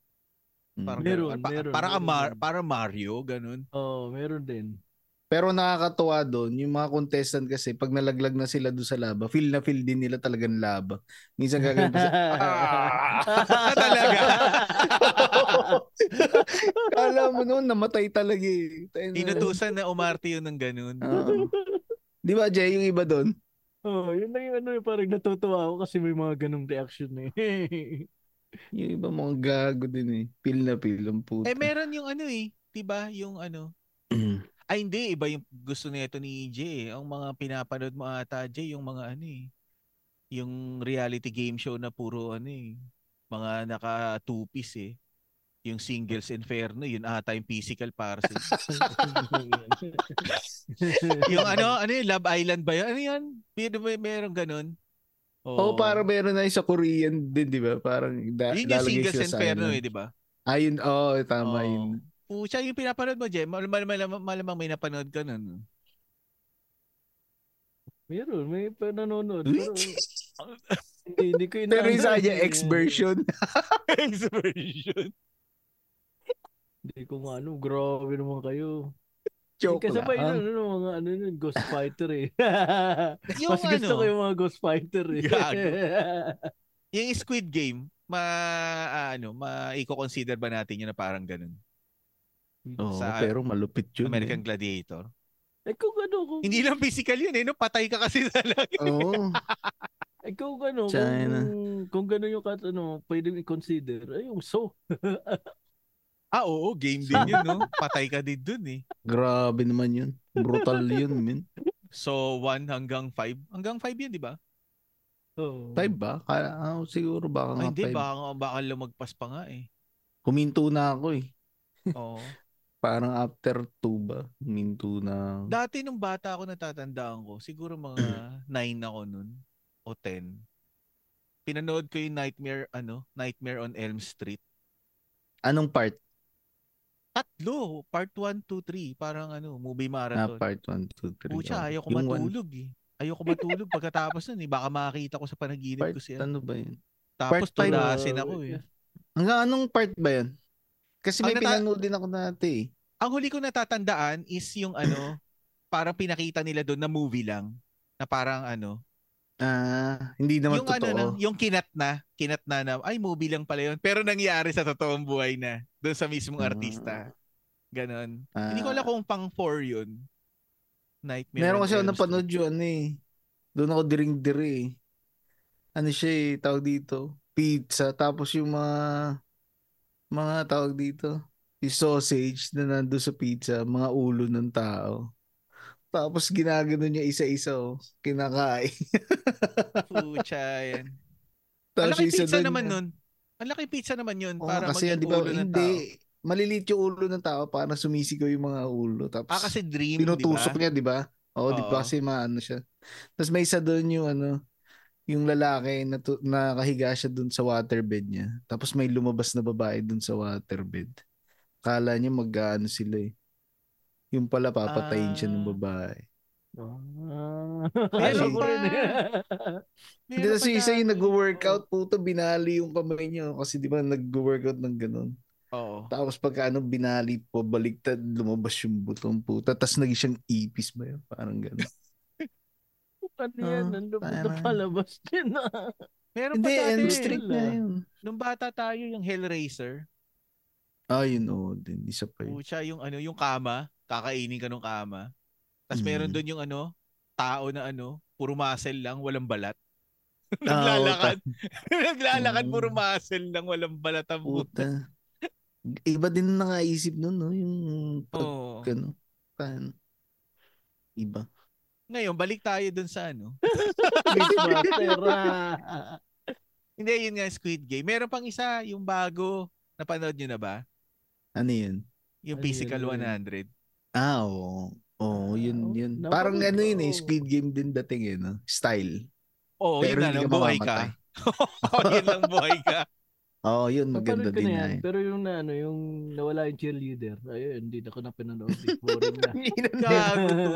S2: Mm.
S1: Parang,
S3: Meron,
S1: ganun. Pa-
S3: meron,
S1: Parang,
S3: meron.
S1: Mar- parang Mario, ganun.
S3: Oo, meron din.
S2: Pero nakakatuwa doon, yung mga contestant kasi pag nalaglag na sila doon sa laba, feel na feel din nila talagang laba. Minsan gagawin pa siya,
S1: [laughs] Ah, [laughs]
S3: [laughs]
S1: talaga?
S2: Kala mo noon, namatay talaga eh. Tayo na.
S1: Inutusan na umarte yun ng ganun.
S3: Ah,
S2: Oo. Di ba, Jay, yung iba doon?
S3: Oo, yun lang yung ano, eh, parang natutuwa ako kasi may mga ganong
S2: [laughs]
S3: reaction na eh.
S2: Yung iba mga gago din eh. Feel na feel ang puta.
S1: Eh
S2: [clears throat]
S1: meron [laughs] yung ano eh, 'di ba? Yung ano. Ay hindi, iba yung gusto nito ni EJ. eh. Ang mga pinapanood mo ata, Jay, yung mga ano eh. Yung reality game show na puro ano eh. Mga naka two-piece eh. Yung Singles Inferno, yun ata yung physical para
S2: [laughs]
S1: sa Yung ano, ano yun, Love Island ba yun? Ano yun? Meron, may- meron ganun.
S2: Oo, parang meron na yung sa Korean din, di ba? Parang da-
S1: Yun yung
S2: lalagay
S1: Singles
S2: sila sa
S1: Inferno eh,
S2: ano.
S1: di ba?
S2: Ayun, oo, oh,
S1: Oo.
S2: tama yun.
S1: Pucha, yung pinapanood mo, Jay, mal- mal- malamang, malamang may napanood ka
S2: [laughs]
S1: nun.
S3: meron, may pa nanonood.
S2: Uy!
S3: Pero, hindi, hindi ko inaano.
S2: Pero yung sa kanya,
S3: eh.
S2: X version.
S1: version.
S3: Hindi ko nga ano, grabe naman kayo.
S2: [laughs] Joke
S3: Kasi pa
S2: lang. Ah,
S3: yun, ano, mga ano, yun, Ghost Fighter
S2: [laughs]
S3: eh.
S1: Yung
S3: Mas gusto
S1: ano,
S3: ko yung mga Ghost Fighter eh.
S1: Gago. Yung Squid Game, ma ah, ano, maiko-consider ba natin yun na parang ganun?
S2: Oo,
S1: sa-
S2: pero malupit yun.
S1: [laughs] American Gladiator.
S3: [laughs] Eh kung ano, kung,
S1: Hindi lang physical yun eh, no? Patay ka kasi [laughs] talaga.
S2: Eh. Oo.
S3: eh, kung ano,
S2: China.
S3: kung, kung gano'n yung kat, ano, pwede i-consider, ay yung so. [laughs]
S1: Ah, oo, game din yun, no? Patay ka din dun eh.
S2: Grabe naman yun. Brutal yun, min.
S1: So, 1 hanggang 5. Hanggang 5 yun, di ba?
S3: Oh.
S2: Five ba? Kala, ah, siguro
S1: Ay,
S2: baka nga
S1: hindi,
S2: five.
S1: baka, baka lumagpas pa nga eh.
S2: Huminto na ako eh. [laughs]
S1: Oo.
S2: Parang after two ba? Huminto na. ako.
S1: Dati nung bata ako natatandaan ko, siguro
S2: [clears throat]
S1: mga 9 ako nun o 10. Pinanood ko yung Nightmare, ano, Nightmare on Elm Street.
S2: Anong part?
S1: Tatlo, part 1, 2, 3, parang ano, movie
S2: Ah,
S1: marathon.
S2: part 1, 2, 3.
S1: Pucha, ayaw ko
S2: Yung one.
S1: matulog eh.
S2: [laughs]
S1: Ayoko matulog pagkatapos nun eh. Baka makakita ko sa panaginip
S2: Part,
S1: ko siya.
S2: ano ba yun?
S1: Tapos
S2: part time,
S1: tulasin ako eh.
S2: Hanggang anong part ba yun? Kasi
S1: Ang
S2: may
S1: nata-
S2: pinanood din ako dati eh.
S1: Ang huli ko natatandaan is yung
S2: [coughs]
S1: ano, parang pinakita nila doon na movie lang. Na parang ano,
S2: Ah, hindi
S1: yung
S2: naman totoo.
S1: ano lang, yung kinat na, kinat na na, ay movie lang pala yun. Pero nangyari sa totoong buhay na, doon sa mismong artista. Ganon.
S2: Ah,
S1: Hindi ko alam kung pang four yun. Nightmare.
S2: Meron
S1: on
S2: kasi ako
S1: Elm Street.
S2: napanood yun eh. Doon ako diring-diri eh. Ano siya eh, tawag dito? Pizza. Tapos yung mga, mga tawag dito, yung sausage na nando sa pizza, mga ulo ng tao. Tapos ginagano niya isa-isa oh, kinakain. [laughs]
S1: Pucha yan. Ang
S2: Tapos
S1: laki
S2: yung isa
S1: pizza
S2: dun-
S1: naman nun. Ang laki pizza naman yun.
S2: Oo,
S1: para
S2: kasi
S1: maging
S2: di ba,
S1: ulo ng
S2: hindi,
S1: tao.
S2: maliliit yung ulo ng tao para sumisigaw yung mga ulo. Tapos,
S1: Ah, kasi dream, di ba?
S2: tinutusok niya, di ba? Oo, di
S1: Oo.
S2: ba? Kasi maano siya. Tapos may isa doon yung ano, yung lalaki na tu- nakahiga siya doon sa waterbed niya. Tapos may lumabas na babae doon sa waterbed. Kala niya mag-ano sila eh. Yung pala papatayin siya ng
S1: Ah.
S2: babae.
S3: Ah.
S1: Meron
S3: Ayoko rin
S1: pa.
S3: eh.
S1: Meron
S2: Hindi, tapos
S1: pa
S2: yung isa yung
S1: dati.
S2: nag-workout, puto, binali yung kamay niya. Kasi di ba nag-workout ng ganun.
S1: Oo.
S2: Tapos pagka ano, binali po, baliktad, lumabas yung butong puta. Tapos naging siyang ipis ba yun? Parang ganun.
S3: Ano yan?
S2: Oo,
S3: Ang lubog na
S2: parang-
S3: palabas din [laughs] ah.
S1: Meron
S2: Hindi,
S1: pa dati.
S2: end
S3: Elm
S2: street
S3: Wala.
S2: na
S1: ah.
S2: yun.
S1: Nung bata tayo, yung Hellraiser.
S2: Ah, yun oo din. Isa pa yun.
S1: Pucha, yung ano, yung kama. Kakainin ka nung kama. Tapos meron
S2: Mm.
S1: doon yung ano, tao na ano, puro muscle lang, walang balat. [laughs]
S2: Ah, Mm. oo,
S1: Naglalakad. [laughs] Naglalakad,
S2: Oo.
S1: puro muscle lang, walang balat ang puta.
S2: Puta. Iba din ang nangaisip nun, no? Yung pag,
S1: Oo.
S2: ano, paano? Iba.
S1: Ngayon, balik tayo doon sa ano.
S3: Fishmaster ah.
S1: Hindi, yun nga Squid Game. Meron pang isa, yung bago. Napanood nyo na ba?
S2: Ano yun?
S1: Yung
S3: Ano yun,
S1: Physical
S3: ano yun?
S1: 100.
S2: Ah, oo. Oo, yun,
S3: Ah,
S2: yun.
S3: napanood
S2: Parang ano yun eh,
S3: ko.
S2: Squid Game din dating eh, no? Style.
S1: Oo, yun
S2: Pero
S1: na
S2: hindi
S1: lang,
S2: ka
S1: buhay
S2: mamamatay.
S1: ka. [laughs] Oo, yun lang, buhay ka.
S2: Oo, yun, maganda
S3: Napanood ko
S2: din
S3: na yan,
S2: na eh.
S3: Pero yung na ano, yung nawala yung cheerleader, ayun, hindi na ko na pinanood. [laughs] Boring
S2: [laughs]
S3: na.
S1: [laughs] Gago to.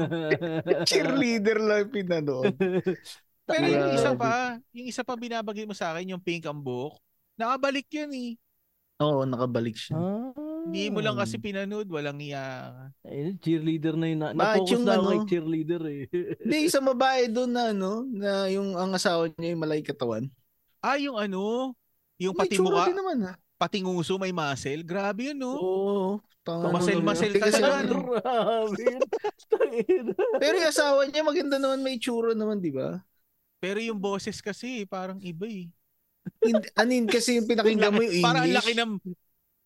S2: Cheerleader lang yung pinanood.
S1: [laughs] Pero yung
S2: Grabe.
S1: isa pa, yung isa pa binabagay mo sa akin, yung pink ang buhok, nakabalik yun eh.
S2: Oo, nakabalik
S3: Ah.
S2: siya.
S1: Hindi mo lang
S2: Hmm.
S1: kasi pinanood, walang iya.
S3: Eh, cheerleader na yun. Na,
S2: Bakit
S3: na-focus
S2: yung
S3: na ako
S2: ano?
S3: kay cheerleader eh.
S2: Hindi, isang babae doon na ano, na yung ang asawa niya yung malay katawan.
S1: Ah, yung ano, yung
S2: May
S1: pati
S2: tsura
S1: mukha,
S2: din oh. naman ha.
S1: pating uso, may muscle. Grabe yun, oh. no?
S2: Oo. tama
S1: Masel-
S2: naman.
S1: masel
S2: Hindi
S1: ka
S2: kasi
S3: [laughs]
S1: na,
S2: ano,
S1: no?
S3: Grabe yun. [laughs] Tangina.
S2: Pero yung asawa niya maganda naman, may tsura naman, di ba?
S1: Pero yung boses kasi, parang iba eh.
S2: Hindi- Ano yun kasi yung pinakinggan mo yung English. Ano
S1: Parang ang laki ng,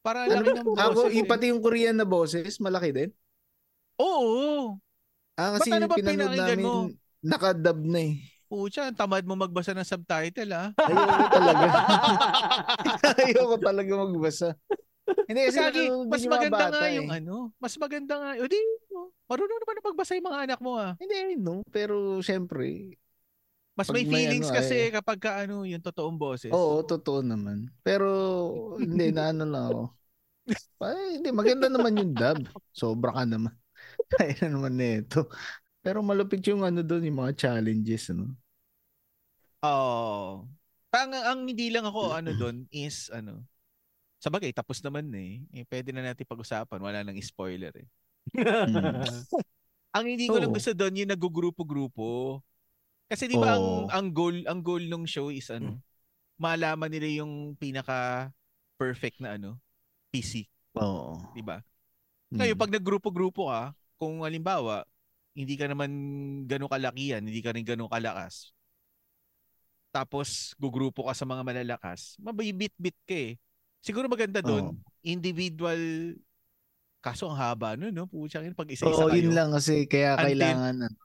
S1: parang ang laki ng
S2: Ako,
S1: boses.
S2: oh, yung
S1: eh.
S2: pati yung Korean na boses, malaki din.
S1: Oo.
S2: Ah, kasi
S1: Ba't ano
S2: yung
S1: ba
S2: pinanood
S1: pinakinggan
S2: namin,
S1: mo?
S2: nakadub na eh.
S1: Pucha, ang tamad mo magbasa ng subtitle, ah.
S2: Ayoko
S1: [laughs]
S3: [laughs]
S2: talaga. Ayoko talaga magbasa. Hindi kasi
S1: Lagi,
S2: nanonood
S1: mas
S2: yung mga
S1: maganda
S2: bata
S1: nga
S2: eh.
S1: yung ano. Mas maganda nga. O di, oh, marunong naman na magbasa yung mga anak mo ah.
S2: Hindi, no? Pero syempre,
S1: Mas
S2: Pag
S1: may
S2: may
S1: feelings
S2: ano,
S1: kasi kapag ka, ano, yung totoong boses.
S2: oo, totoo naman. Pero
S1: [laughs]
S2: hindi, naano lang ako. Ay, hindi, maganda naman yung dub. Sobra ka naman. [laughs] Kaya na naman nito. Pero malupit yung ano doon, yung mga challenges, ano?
S1: Oo. Ang, ang hindi lang ako
S2: Mm.
S1: ano doon is ano. Sa bagay, tapos naman na eh. eh. Pwede na natin pag-usapan. Wala nang spoiler eh. Hmm. Ang hindi ko lang
S2: Oo.
S1: gusto doon yung nagugrupo-grupo. Kasi di ba ang,
S2: Oo. Mm.
S1: ang goal ang goal ng show is ano, malaman nila yung pinaka perfect na ano, PC,
S2: Oo.
S1: di ba?
S2: Mm.
S1: Ngayon, pag naggrupo-grupo ka, kung halimbawa, hindi ka naman ganun kalakihan, hindi ka rin ganun kalakas, tapos gugrupo ka sa mga malalakas, mabibit-bit ka eh. Siguro maganda
S2: Mm.
S1: doon, individual, kaso ang haba nun, no? Pucha, pag isa-isa
S2: Oo,
S1: kayo,
S2: yun lang kasi kaya
S1: Until-
S2: kailangan ano.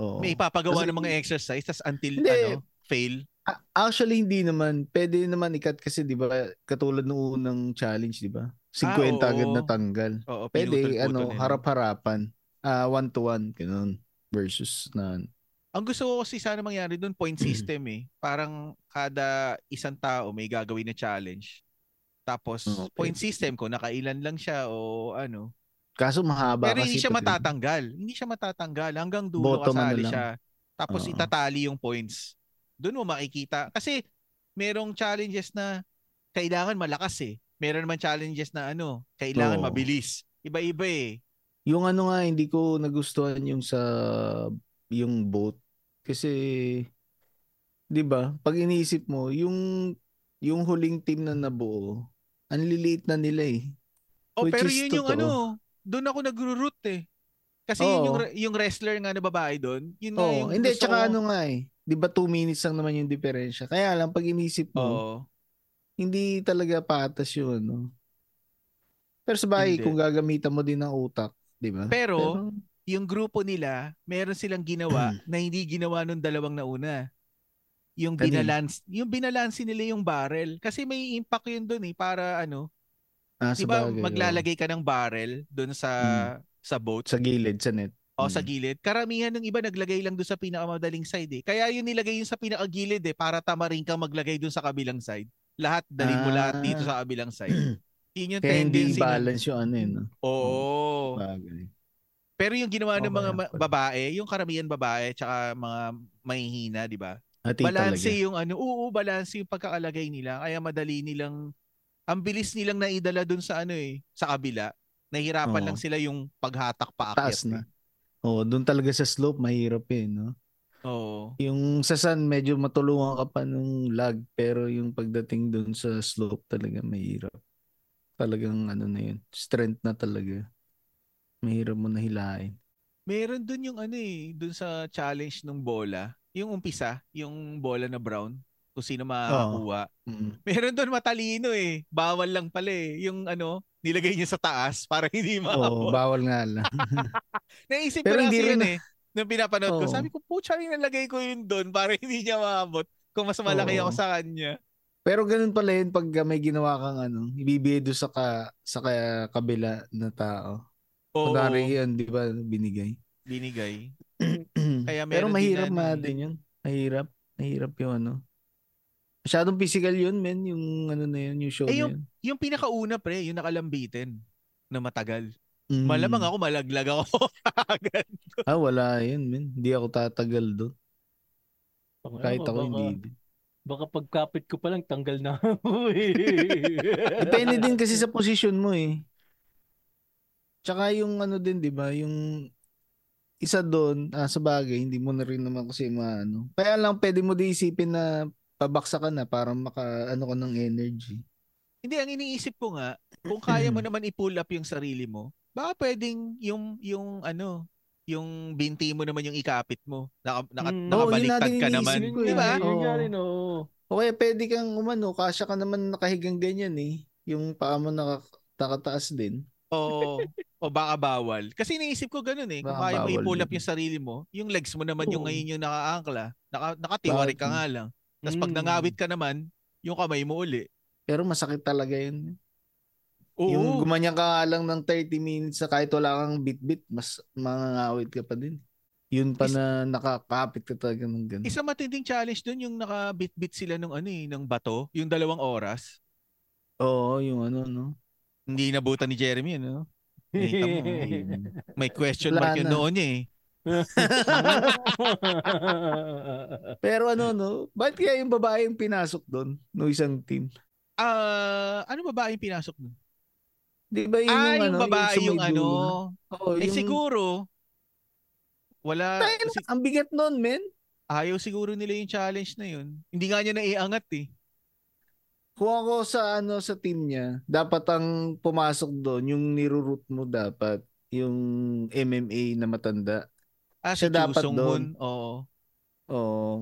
S2: Oo.
S1: may ipapagawa
S2: Kasi-
S1: ng mga exercise, tas until,
S2: Hindi.
S1: ano, fail.
S2: A- Ah, Actually hindi naman, pwede naman ikat kasi 'di ba katulad ng unang challenge 'di ba? 50
S1: Ah, oo.
S2: agad na tanggal.
S1: Oo,
S2: Pwede
S1: pinutol-putol
S2: ano,
S1: nila.
S2: harap-harapan. Ah, one to one ganun versus na
S1: Ang gusto ko kasi sana mangyari doon,
S2: [clears throat]
S1: point system eh. Parang kada isang tao may gagawin na challenge. Tapos
S2: Mm, Okay.
S1: point system ko, nakailan lang siya o ano.
S2: kaso mahaba
S1: Pero
S2: kasi
S1: hindi siya
S2: pag-
S1: matatanggal. Hindi siya matatanggal. Hanggang dulo
S2: Bottom ano
S1: kasali
S2: lang.
S1: siya. Tapos
S2: Oo.
S1: itatali yung points. Doon mo makikita. Kasi merong challenges na kailangan malakas eh. Meron naman challenges na ano, kailangan
S2: Oo.
S1: mabilis. Iba-iba eh.
S2: Yung ano nga, hindi ko nagustuhan yung sa yung boat. Kasi, di ba, pag iniisip mo, yung yung huling team na nabuo, ang liliit na nila eh.
S1: Oh,
S2: Which
S1: pero
S2: is
S1: yun yung
S2: totoo.
S1: ano, doon ako nagro-root eh. Kasi yun
S2: Oo.
S1: yung, re- yung wrestler nga na babae doon, yun nga
S2: Oo,
S1: yung
S2: hindi,
S1: gusto
S2: tsaka
S1: ko-
S2: ano nga eh. Di ba two minutes lang naman yung diferensya? Kaya lang, pag iniisip
S1: Oo.
S2: mo, hindi talaga patas yun, ano. Pero sa bagay,
S1: Hindi.
S2: kung gagamitan mo din ng utak, di ba?
S1: Pero, yung grupo nila, meron silang
S2: Mm.
S1: ginawa na hindi ginawa nung dalawang nauna. Yung
S2: Ano yun?
S1: binalance, yung binalansi nila yung barrel kasi may impact yun doon eh para ano,
S2: ah, sa
S1: 'di ba
S2: bagay, oo. Mm.
S1: maglalagay ka ng barrel doon sa sa boat
S2: Sa gilid, sa net.
S1: o sa
S2: Mm.
S1: gilid. Karamihan ng iba naglagay lang doon sa pinakamadaling side eh. Kaya yun nilagay yun sa pinakagilid eh para tama rin kang maglagay doon sa kabilang side. Lahat dali mo lahat dito sa kabilang side. Yun yung
S2: Ah. Kaya hindi
S1: tendency. ng-
S2: balance yung ano yun. no?
S1: Oo.
S2: Bagay.
S1: Pero yung ginawa ng
S2: Oo,
S1: mga
S2: kaya
S1: ma-
S2: pala.
S1: babae, yung karamihan babae tsaka mga mahihina, 'di ba?
S2: Ati
S1: Balanse
S2: talaga.
S1: yung ano, oo, balanse yung pagkakalagay nila kaya madali nilang ang bilis nilang naidala dun sa ano eh, sa kabila. Nahirapan
S2: Oo.
S1: lang sila yung paghatak paakyat.
S2: Taas
S1: eh.
S2: na. Oo, doon talaga sa slope, mahirap eh, no?
S1: Oo.
S2: Yung sa sun, medyo matulungan ka pa nung lag, pero yung pagdating doon sa slope talaga mahirap. Talagang ano na yun, strength na talaga. Mahirap mo nahilain.
S1: Meron dun yung ano eh, dun sa challenge ng bola, yung umpisa, yung bola na brown, kung sino makakuha.
S2: Mm.
S1: [laughs] Meron dun matalino eh. Bawal lang pala eh. Yung ano, nilagay niya sa taas para [laughs] hindi maabot.
S2: Oo, bawal nga lang. [laughs]
S1: Naisip
S2: Pero
S1: ko na
S2: hindi
S1: kasi
S2: rin ah.
S1: yun eh. Nung pinapanood ko,
S2: Oo.
S1: sabi ko, putya, nalagay ko yun doon para [laughs] hindi niya maabot. Kung mas malaki
S2: Oo.
S1: ako sa kanya.
S2: Pero ganun pala yun pag may ginawa kang ano, ibibigay doon sa, ka, sa ka- kabila na tao.
S1: Oo,
S2: Kunwari yun, di ba, binigay.
S1: binigay. Kaya
S2: Kaya Pero
S1: meron din
S2: mahirap
S1: yan
S2: ma
S1: eh.
S2: din yun. Mahirap. Mahirap yung ano. Masyadong physical yun, men. Yung ano na yun, yung show
S1: Eh,
S2: na
S1: yung-
S2: yun.
S1: Yung pinakauna pre, yung nakalambitin na matagal.
S2: Mm.
S1: Malamang ako, malaglag ako [laughs] agad.
S2: Ah, wala yun, men. Hindi ako tatagal doon. Kahit ako hindi. din.
S3: Baka pagkapit ko pa lang, tanggal na. [laughs] eh.
S2: Depende din kasi sa posisyon mo eh. Tsaka yung ano din, di ba? Yung isa doon, ah, sa bagay, hindi mo na rin naman kasi maano. Kaya lang pwede mo din isipin na pabaksa ka na para maka ano ka ng energy.
S1: Hindi, ang iniisip ko nga, kung kaya mo naman i-pull up yung sarili mo, baka pwedeng yung, yung ano, yung binti mo naman yung ikapit mo. Naka, naka,
S3: Mm.
S1: nakabaliktad
S2: Oo, yun
S1: ka
S2: natin
S1: naman.
S2: iniisip ko eh.
S1: Di ba?
S3: Yun nga
S2: Oo.
S3: rin, oo.
S2: O kaya pwede kang umano, kasya ka naman nakahigang ganyan eh. Yung paa mo naka, nakataas din.
S1: Oo. o baka bawal. Kasi naisip ko ganun eh. Kung
S2: Baka
S1: kaya mo
S2: bawal
S1: i-pull
S2: din.
S1: up yung sarili mo, yung legs mo naman yung
S3: Oo.
S1: ngayon yung nakaangkla. Naka, nakatiwarik ka
S2: Bakit?
S1: nga lang. Tapos pag
S3: Mm.
S1: nangawit ka naman, yung kamay mo uli.
S2: Pero masakit talaga yun.
S1: Oo.
S2: Yung gumanyan ka nga lang ng 30 minutes na kahit wala kang bit-bit, mas mangangawit ka pa din. Yun pa
S1: Is-
S2: na nakakapit ka talaga ng ganun.
S1: Isang matinding challenge dun yung nakabit-bit sila ng ano eh, ng bato, yung dalawang oras.
S2: Oo, yung ano, no?
S1: Hindi nabutan ni Jeremy, ano? Nakita
S3: [laughs]
S1: mo,
S2: Ayun.
S1: May question
S2: Wala
S1: mark yun
S2: na.
S1: noon niya eh.
S2: Pero ano, no? Ba't kaya yung babae yung pinasok doon? No isang team?
S1: Ah, ano babae yung pinasok nun?
S2: Di ba yun
S1: ah,
S2: yung,
S1: yung
S2: ano,
S1: babae yung, ano.
S2: sumidulo na? Oo,
S1: Eh
S2: yung...
S1: siguro, wala,
S2: Tayo na,
S1: si-
S2: ang bigat nun, men.
S1: ayaw siguro nila yung challenge na yun. Hindi nga niya naiangat eh.
S2: Kung ako sa ano sa team niya, dapat ang pumasok doon yung nirurut mo dapat yung MMA na matanda.
S1: Ah,
S2: Siya
S1: si Chu
S2: dapat
S1: Sung Hoon,
S2: doon.
S1: oo.
S2: Oo.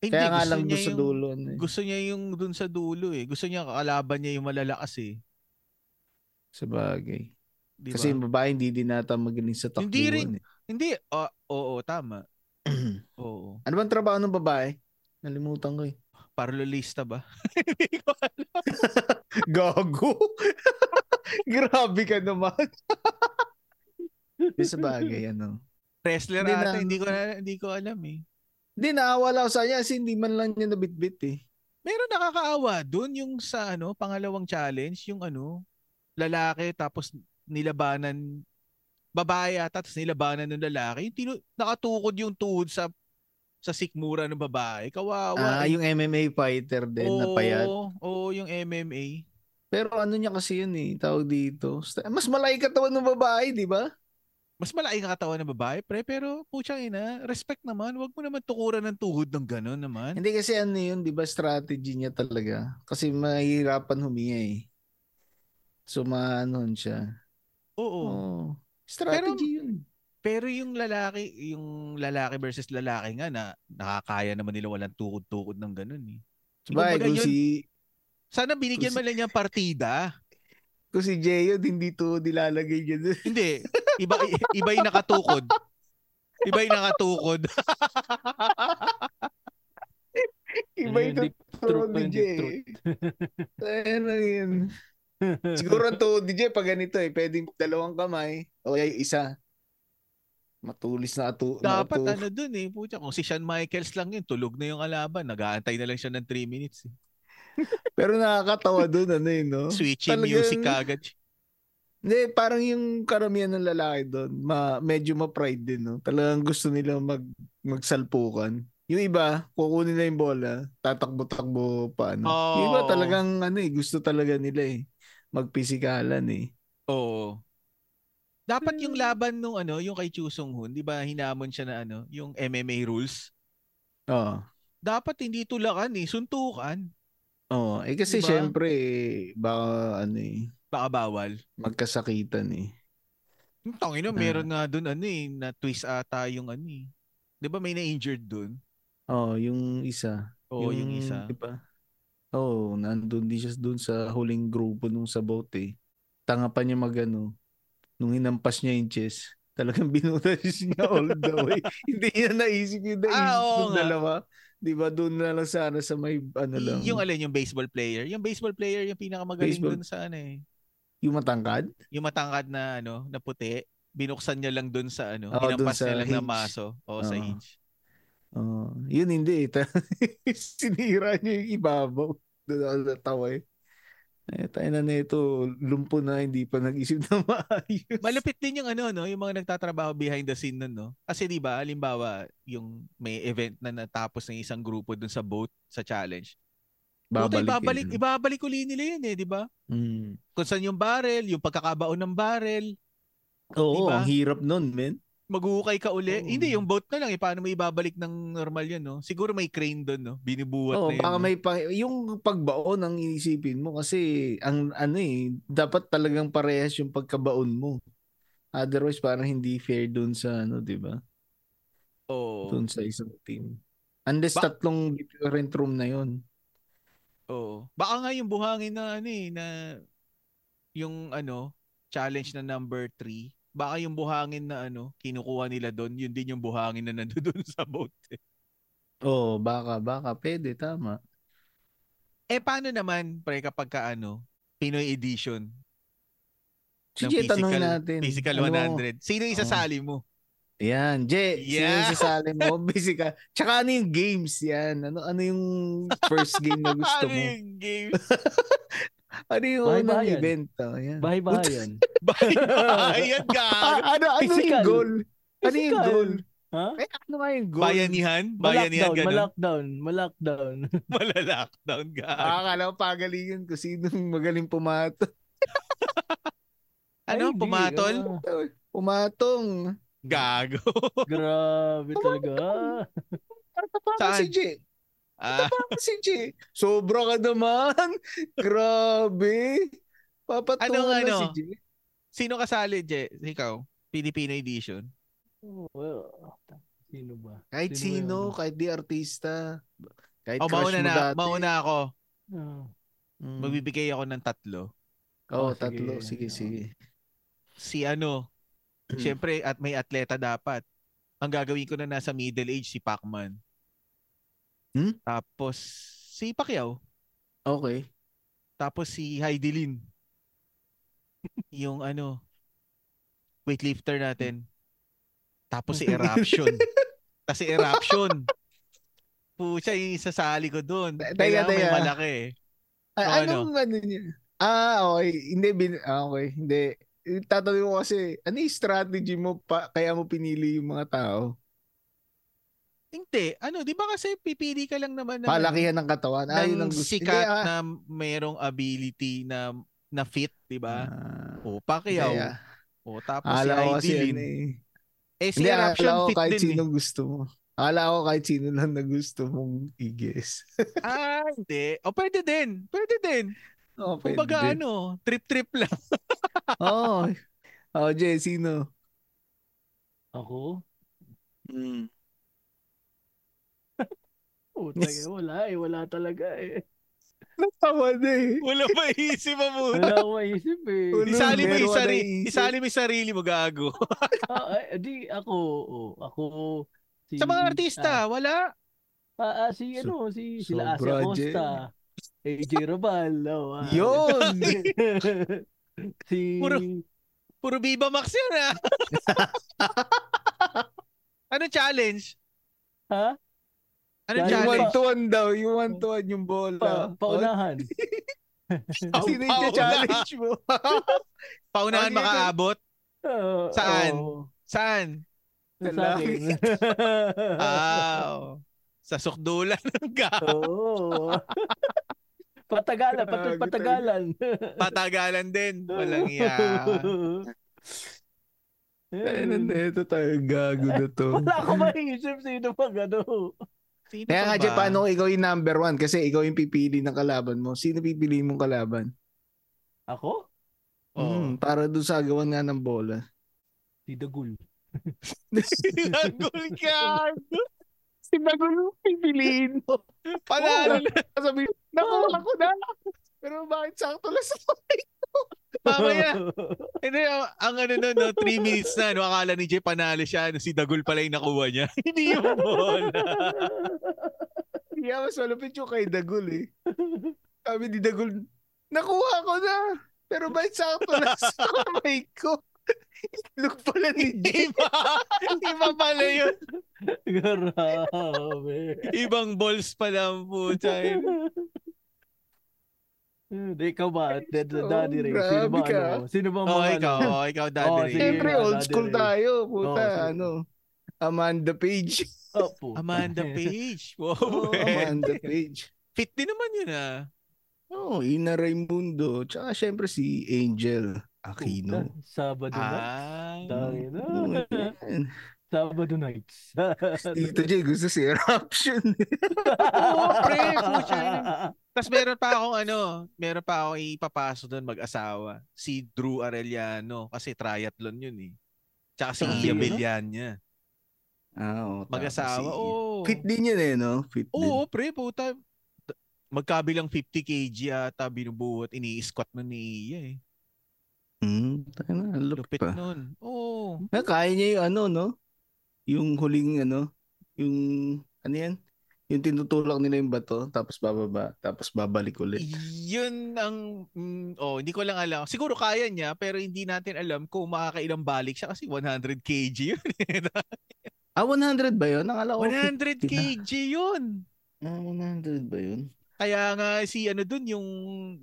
S1: Eh, hindi,
S2: Kaya nga
S1: gusto
S2: lang
S1: niya
S2: doon sa
S1: yung-
S2: dulo. Ano, eh.
S1: Gusto niya yung dun sa dulo eh. Gusto niya kalaban niya yung malalakas eh.
S2: Sa bagay.
S1: Di
S2: Kasi
S1: ba?
S2: yung babae hindi din nata magaling sa takbuhan.
S1: Hindi rin.
S2: eh. [clears throat]
S1: Hindi, ah, oo, tama. Oo.
S2: ano bang trabaho ng babae? Nalimutan ko eh.
S1: [laughs] Parlolista ba? [laughs] Hindi ko alam.
S2: Gago. [laughs] Grabe ka naman. [laughs] Yung sa bagay, ano.
S1: Wrestler
S2: Hindi
S1: ata,
S2: na-
S1: hindi ko, na- hindi ko alam eh.
S2: Hindi, naawala ako sa kanya kasi hindi man lang niya nabitbit eh.
S1: Meron nakakaawa doon yung sa ano, pangalawang challenge, yung ano, lalaki tapos nilabanan babae ata tapos nilabanan ng lalaki. Yung tinu- nakatukod yung tuhod sa sa sikmura ng babae. Kawawa.
S2: Ah, yung MMA fighter din na payat.
S1: Oo, oo, yung MMA.
S2: Pero ano niya kasi yun eh, tawag dito. Sta- Mas malaki katawan ng babae, di ba?
S1: Mas malaki ang katawan ng babae, pre, pero putyang ina, respect naman. Huwag mo naman tukuran ng tuhod ng gano'n naman.
S2: Hindi kasi ano yun, di ba, strategy niya talaga. Kasi mahirapan humiya eh. So, maanon siya.
S1: Oo.
S2: Oo. Strategy yun.
S1: Pero yung lalaki, yung lalaki versus lalaki nga na nakakaya naman nila walang tuhod-tuhod ng gano'n eh.
S2: Sabay,
S1: kumbaga
S2: kung
S1: yun-
S2: si,
S1: Sana binigyan
S2: Kung
S1: man lang niya ng partida.
S2: kung si Jeyo, hindi to nilalagay niya dun.
S1: Hindi. Iba, iba yung nakatukod. Iba yung nakatukod.
S2: [laughs] Iba
S3: Ano yun,
S2: yung
S3: Dick
S2: tuturo
S3: Truth pa
S2: ni
S3: yun, Dick
S2: Jay.
S3: Truth.
S2: Ano yun? Siguro ang tuhod ni Jay pag ganito eh. Pwedeng dalawang kamay. O kaya yung isa. Matulis na atu.
S1: Dapat
S2: matu-
S1: ano dun eh, putya. Kung si Shawn Michaels lang yun, tulog na yung alaban. Nag-aantay na lang siya ng 3 minutes. eh.
S2: Pero nakakatawa dun ano yun no?
S1: Switchy
S2: Talagang-
S1: music kagad.
S2: Hindi, parang yung karamihan ng lalaki doon, ma, medyo ma-pride din, no? Talagang gusto nila mag, magsalpukan. Yung iba, kukunin nila yung bola, tatakbo-takbo pa, ano. Yung iba
S1: Oo.
S2: talagang, ano eh, gusto talaga nila eh. Magpisikalan eh.
S1: Oo. Dapat yung laban nung ano, yung kay Chu Sung Hoon, 'di ba, hinamon siya na ano, yung MMA rules.
S2: Oo.
S1: Dapat hindi tulakan eh, suntukan.
S2: Oo. Eh kasi
S1: Diba?
S2: syempre, eh, baka ano eh,
S1: Baka bawal.
S2: magkasakitan eh.
S1: Yung tangina,
S2: Ah.
S1: meron nga doon ano eh, na twist ata yung ano eh. 'Di ba may na-injured doon?
S2: Oo, yung isa.
S1: Oo, yung, isa.
S2: Diba? Oo, nandun din siya dun sa huling grupo nung sa boat eh. Tanga pa niya magano nung hinampas niya yung chest. [laughs] Talagang binutas niya all the way. [laughs] Hindi niya naisip yung naisip
S1: Ah, oo
S2: ng
S1: nga.
S2: dalawa. Di ba doon na lang sana sa may ano lang.
S1: Yung alin yung baseball player. Yung baseball player yung pinakamagaling
S2: Baseball.
S1: doon sa ano eh.
S2: yung matangkad?
S1: Yung matangkad na ano, na puti, binuksan niya lang doon sa ano,
S2: Oo, dun
S1: hinampas
S2: sa
S1: niya lang na
S2: hinge.
S1: maso o sa
S2: Oo.
S1: hinge.
S2: Oo. yun hindi eh. Ta- [laughs] Sinira niya yung ibabaw. Doon ako natawa eh. Eh, tayo na nito, lumpo na, hindi pa nag-isip na [laughs] maayos.
S1: Malupit din yung ano no, yung mga nagtatrabaho behind the scene nun no. Kasi 'di ba, halimbawa, yung may event na natapos ng isang grupo dun sa boat sa challenge.
S2: eh,
S1: Babalik, babalik,
S2: yun.
S1: ibabalik uli nila yun eh, 'di ba?
S2: Mm.
S1: Kung saan yung barrel, yung pagkakabaon ng barrel,
S2: Oo,
S1: Diba?
S2: Oh, ang hirap nun, men.
S1: maghuhukay ka uli.
S2: Oo.
S1: Hindi, yung boat na lang, eh, paano mo ibabalik ng normal yun, no? Siguro may crane doon, no? Binibuhat
S2: Oo,
S1: na yun.
S2: baka
S1: no?
S2: may pa, yung pagbaon ang iisipin mo kasi ang ano eh, dapat talagang parehas yung pagkabaon mo. Otherwise, parang hindi fair dun sa ano, 'di ba?
S1: Oo,
S2: Dun sa isang team. Unless
S1: Ba-
S2: tatlong different room na 'yon.
S1: oo. Baka nga yung buhangin na ano eh, na yung ano, challenge na number 3, baka yung buhangin na ano, kinukuha nila doon, yun din yung buhangin na [laughs] nandoon sa boat. eh.
S2: Oo, baka baka pwede tama.
S1: Eh, paano naman, pre, kapag ka ano, Pinoy edition, Ng
S2: Sige, tanungin
S1: physical-
S2: natin.
S1: physical
S2: Ano mo?
S1: 100, sino yung
S2: Oo.
S1: isasali mo?
S2: Yan, Jay, yeah.
S1: Yeah.
S2: sino sasali mo? [laughs] Physical. Tsaka ano yung games yan? Ano ano yung first game
S1: [laughs]
S2: na gusto
S1: Ano
S2: mo?
S1: yung game?
S2: Ano yung
S3: Bahay-bahay
S2: unang
S3: yan.
S2: event? Oh, yan.
S3: [laughs] Bahay-bahay yan.
S1: [laughs] Bayan
S2: Ah,
S1: gago.
S2: ano, ano
S3: Physical.
S2: yung goal? Ano yung
S3: Physical.
S2: goal?
S3: Ha?
S2: Eh, ano nga yung goal?
S1: Bayanihan? Bayanihan
S3: Malockdown,
S1: ganun?
S3: malockdown, malockdown.
S1: Malalockdown gago.
S2: Akakala ko pagalingan ko sinong magaling pumato.
S1: Ano?
S3: Ay, di,
S1: Pumatol?
S3: ah,
S2: Pumatong.
S1: Gago.
S3: grabe talaga. Ah.
S2: Tatapang
S1: Saan?
S2: si Jay.
S1: Ah,
S2: Tatapang si Jay. Sobra ka naman. [laughs] Grabe.
S1: Anong
S2: Papatungan
S1: ano?
S2: na si Jay.
S1: sino kasali, Je? Ikaw? Pilipino edition?
S3: Well, sino ba?
S2: Kahit
S3: Sino
S2: sino,
S3: yun?
S2: kahit di artista. Kahit
S1: Oh,
S2: crush
S1: mauna
S2: mo
S1: na.
S2: dati.
S1: Mauna ako.
S3: Ah,
S2: Mm.
S1: Magbibigay ako ng tatlo.
S2: Oo,
S3: Oh, sige.
S2: tatlo. Sige,
S3: Oo.
S2: sige.
S1: Si ano?
S2: Hmm.
S1: Siyempre, at may atleta dapat. Ang gagawin ko na nasa middle age, si Pacman.
S2: Hmm?
S1: Tapos, si Pacquiao.
S2: Mm. Okay.
S1: Tapos si Heidi Lin. [laughs] Yung ano, weightlifter natin. Tapos si Eruption.
S2: [laughs]
S1: Tapos si Eruption. Pucha, yung isasali ko doon.
S2: Teka,
S1: Kailangan may
S2: teka.
S1: malaki.
S2: Ay,
S1: O,
S2: anong ano niya? Ah, okay. Hindi, bin- ah, okay. Hindi. Tatanungin ko kasi, ano yung strategy mo pa, kaya mo pinili yung mga tao?
S1: Hindi. Ano, di ba kasi pipili ka lang naman ng,
S2: Palakihan ng katawan. Ah, yun
S1: ng
S2: ang gusto.
S1: sikat
S2: Hindi, ah.
S1: na merong ability na na fit, di ba?
S2: Ah,
S1: O,
S2: hindi,
S1: Pacquiao.
S2: ah.
S1: O, tapos
S2: Akala
S1: si
S2: ko kasi
S1: Heidi
S2: yun
S1: Lin.
S2: eh.
S1: Eh, si
S2: Hindi, akala
S1: Eruption
S2: ko
S1: fit
S2: kahit
S1: din
S2: sino
S1: eh.
S2: gusto mo. Akala ko kahit sino lang na gusto mong i-guess.
S1: Ah, hindi. O, pwede din. Pwede din.
S2: [laughs] Oh,
S1: Kumbaga, ano, trip-trip lang. [laughs]
S2: Oo. Oh, Jay, sino?
S3: Ako?
S1: Hmm.
S2: Mm.
S3: Puta, eh, wala eh. Wala talaga eh.
S2: Natawa na eh.
S1: Wala maisip mo muna.
S3: Wala akong maisip eh.
S2: Wala.
S1: Isali mo
S2: Meron
S1: yung
S2: ka
S1: sarili,
S2: naisip.
S1: isali mo yung sarili mo, gago. [laughs]
S3: Ah, ay, di, ako, oh, ako, si...
S1: Sa mga
S2: Mm-hmm.
S1: artista, wala.
S3: Ah, ah, ah,
S2: So-
S3: si, ano, si, sila Asia
S2: sobra, Jay.
S3: Costa. AJ Robal. Oh, ah.
S2: Yun!
S3: [laughs] si...
S1: Puro- Puro Viva Max yan,
S2: [laughs]
S1: ah. ano challenge?
S3: Ha?
S1: Ano
S3: Dahil
S2: yung
S1: [laughs] challenge?
S2: one-to-one daw. Yung one-to-one yung bola.
S3: Pa, paunahan.
S2: Oh, sino yung challenge mo?
S1: [laughs]
S2: Ano
S1: Paunahan
S2: Ang hirap.
S1: makaabot?
S3: Oo,
S1: Saan?
S3: oo.
S2: [laughs]
S1: Saan?
S3: Sa
S2: Wala.
S3: akin. [laughs]
S1: Ah, oh. sa sukdulan ng gago.
S3: Oo. [laughs] Patagalan, pat-
S2: Grabe
S3: patagalan.
S1: Patagalan din.
S2: [laughs]
S1: Walang iya.
S3: [laughs]
S2: Ay, nandito tayo. Gago na [laughs] to.
S3: Wala akong maisip sino pa gano.
S1: Sino
S2: Kaya
S1: pa
S2: nga, Jay,
S1: ba?
S2: paano kung ikaw yung number one? Kasi ikaw yung pipili ng kalaban mo. Sino pipili mong kalaban?
S3: Ako?
S1: [laughs] Oo.
S2: Mm, para doon sa agawan nga ng bola.
S3: Si Dagul.
S1: Sinagol ka.
S2: [laughs] Si Bagul pipiliin Ah. mo.
S1: Panalo na.
S2: Sabi, nakuha ko na. Pero bakit sakto lang sa
S1: Mamaya. Hindi, ang, ang ano nun, no, three minutes na, no, akala ni Jay panalo siya, no, si Dagul pala yung nakuha niya. [laughs] Hindi yung bola. [laughs]
S2: Yeah, mas malapit yung kay Dagul eh. Sabi ni Dagul, nakuha ko na. Pero ba't sakto lang sa kamay ko? Itlog pala ni Jay.
S1: Iba, iba pala yun.
S3: [laughs] Grabe.
S1: Ibang balls pala ang puta.
S3: Hindi, ikaw ba? Dead na
S2: Oh,
S3: daddy ray. Sino ba?
S2: grabe ka.
S3: Ano? Sino ba ang
S1: Oh,
S3: mga
S1: ikaw,
S3: ano?
S1: oh, ikaw, Daddy
S3: Oo,
S1: Ray.
S3: sige.
S2: Siyempre,
S3: Yeah,
S2: old
S3: dati
S2: school
S3: rin.
S2: tayo.
S3: Oo, sige.
S2: Puta, ano. Amanda Page.
S3: Oh, puta. [laughs]
S1: Amanda
S2: [laughs]
S1: Page. Wow.
S2: Oh,
S1: eh.
S2: Amanda Page.
S1: Fit din naman yun ah.
S2: Oh, Ina Raimundo. Tsaka siyempre si Angel Aquino.
S3: Puta, Sabado na.
S1: Ah.
S3: Dahil na.
S2: Oh, yan.
S3: Sabado nights.
S2: Tito Jay, gusto si Eruption. [laughs]
S1: Oo, pre, pucha
S3: [laughs]
S1: yun. Tapos meron pa akong ano, meron pa akong ipapasok doon mag-asawa. Si Drew Arellano kasi triathlon yun eh. Tsaka si
S2: Ah,
S1: Iya
S2: yun, no?
S1: Villania.
S2: ah, oh,
S1: Mag-asawa. Oo.
S2: Fit din yun eh, no? Fit din.
S1: Oo, pre, puta. D- Magkabilang 50 kg ata binubuhat. Ini-squat nun ni Iya eh.
S2: Mm, tayo na, ang lupit
S1: Lupit
S2: pa.
S1: nun. Oo.
S2: Na, kaya niya yung ano, no? Yung huling ano, yung, ano yan? Yung tinutulak nila yung bato, tapos bababa, tapos babalik ulit.
S1: Yun ang mm, oh, hindi ko lang alam. Siguro kaya niya pero hindi natin alam kung makakailang balik siya kasi 100 kg yun. [laughs] eh.
S2: Ah, 100 ba yun? Nakala ko
S1: 100
S2: 50 na.
S1: kg yun.
S2: Ah, 100 ba yun?
S1: Kaya nga si ano dun yung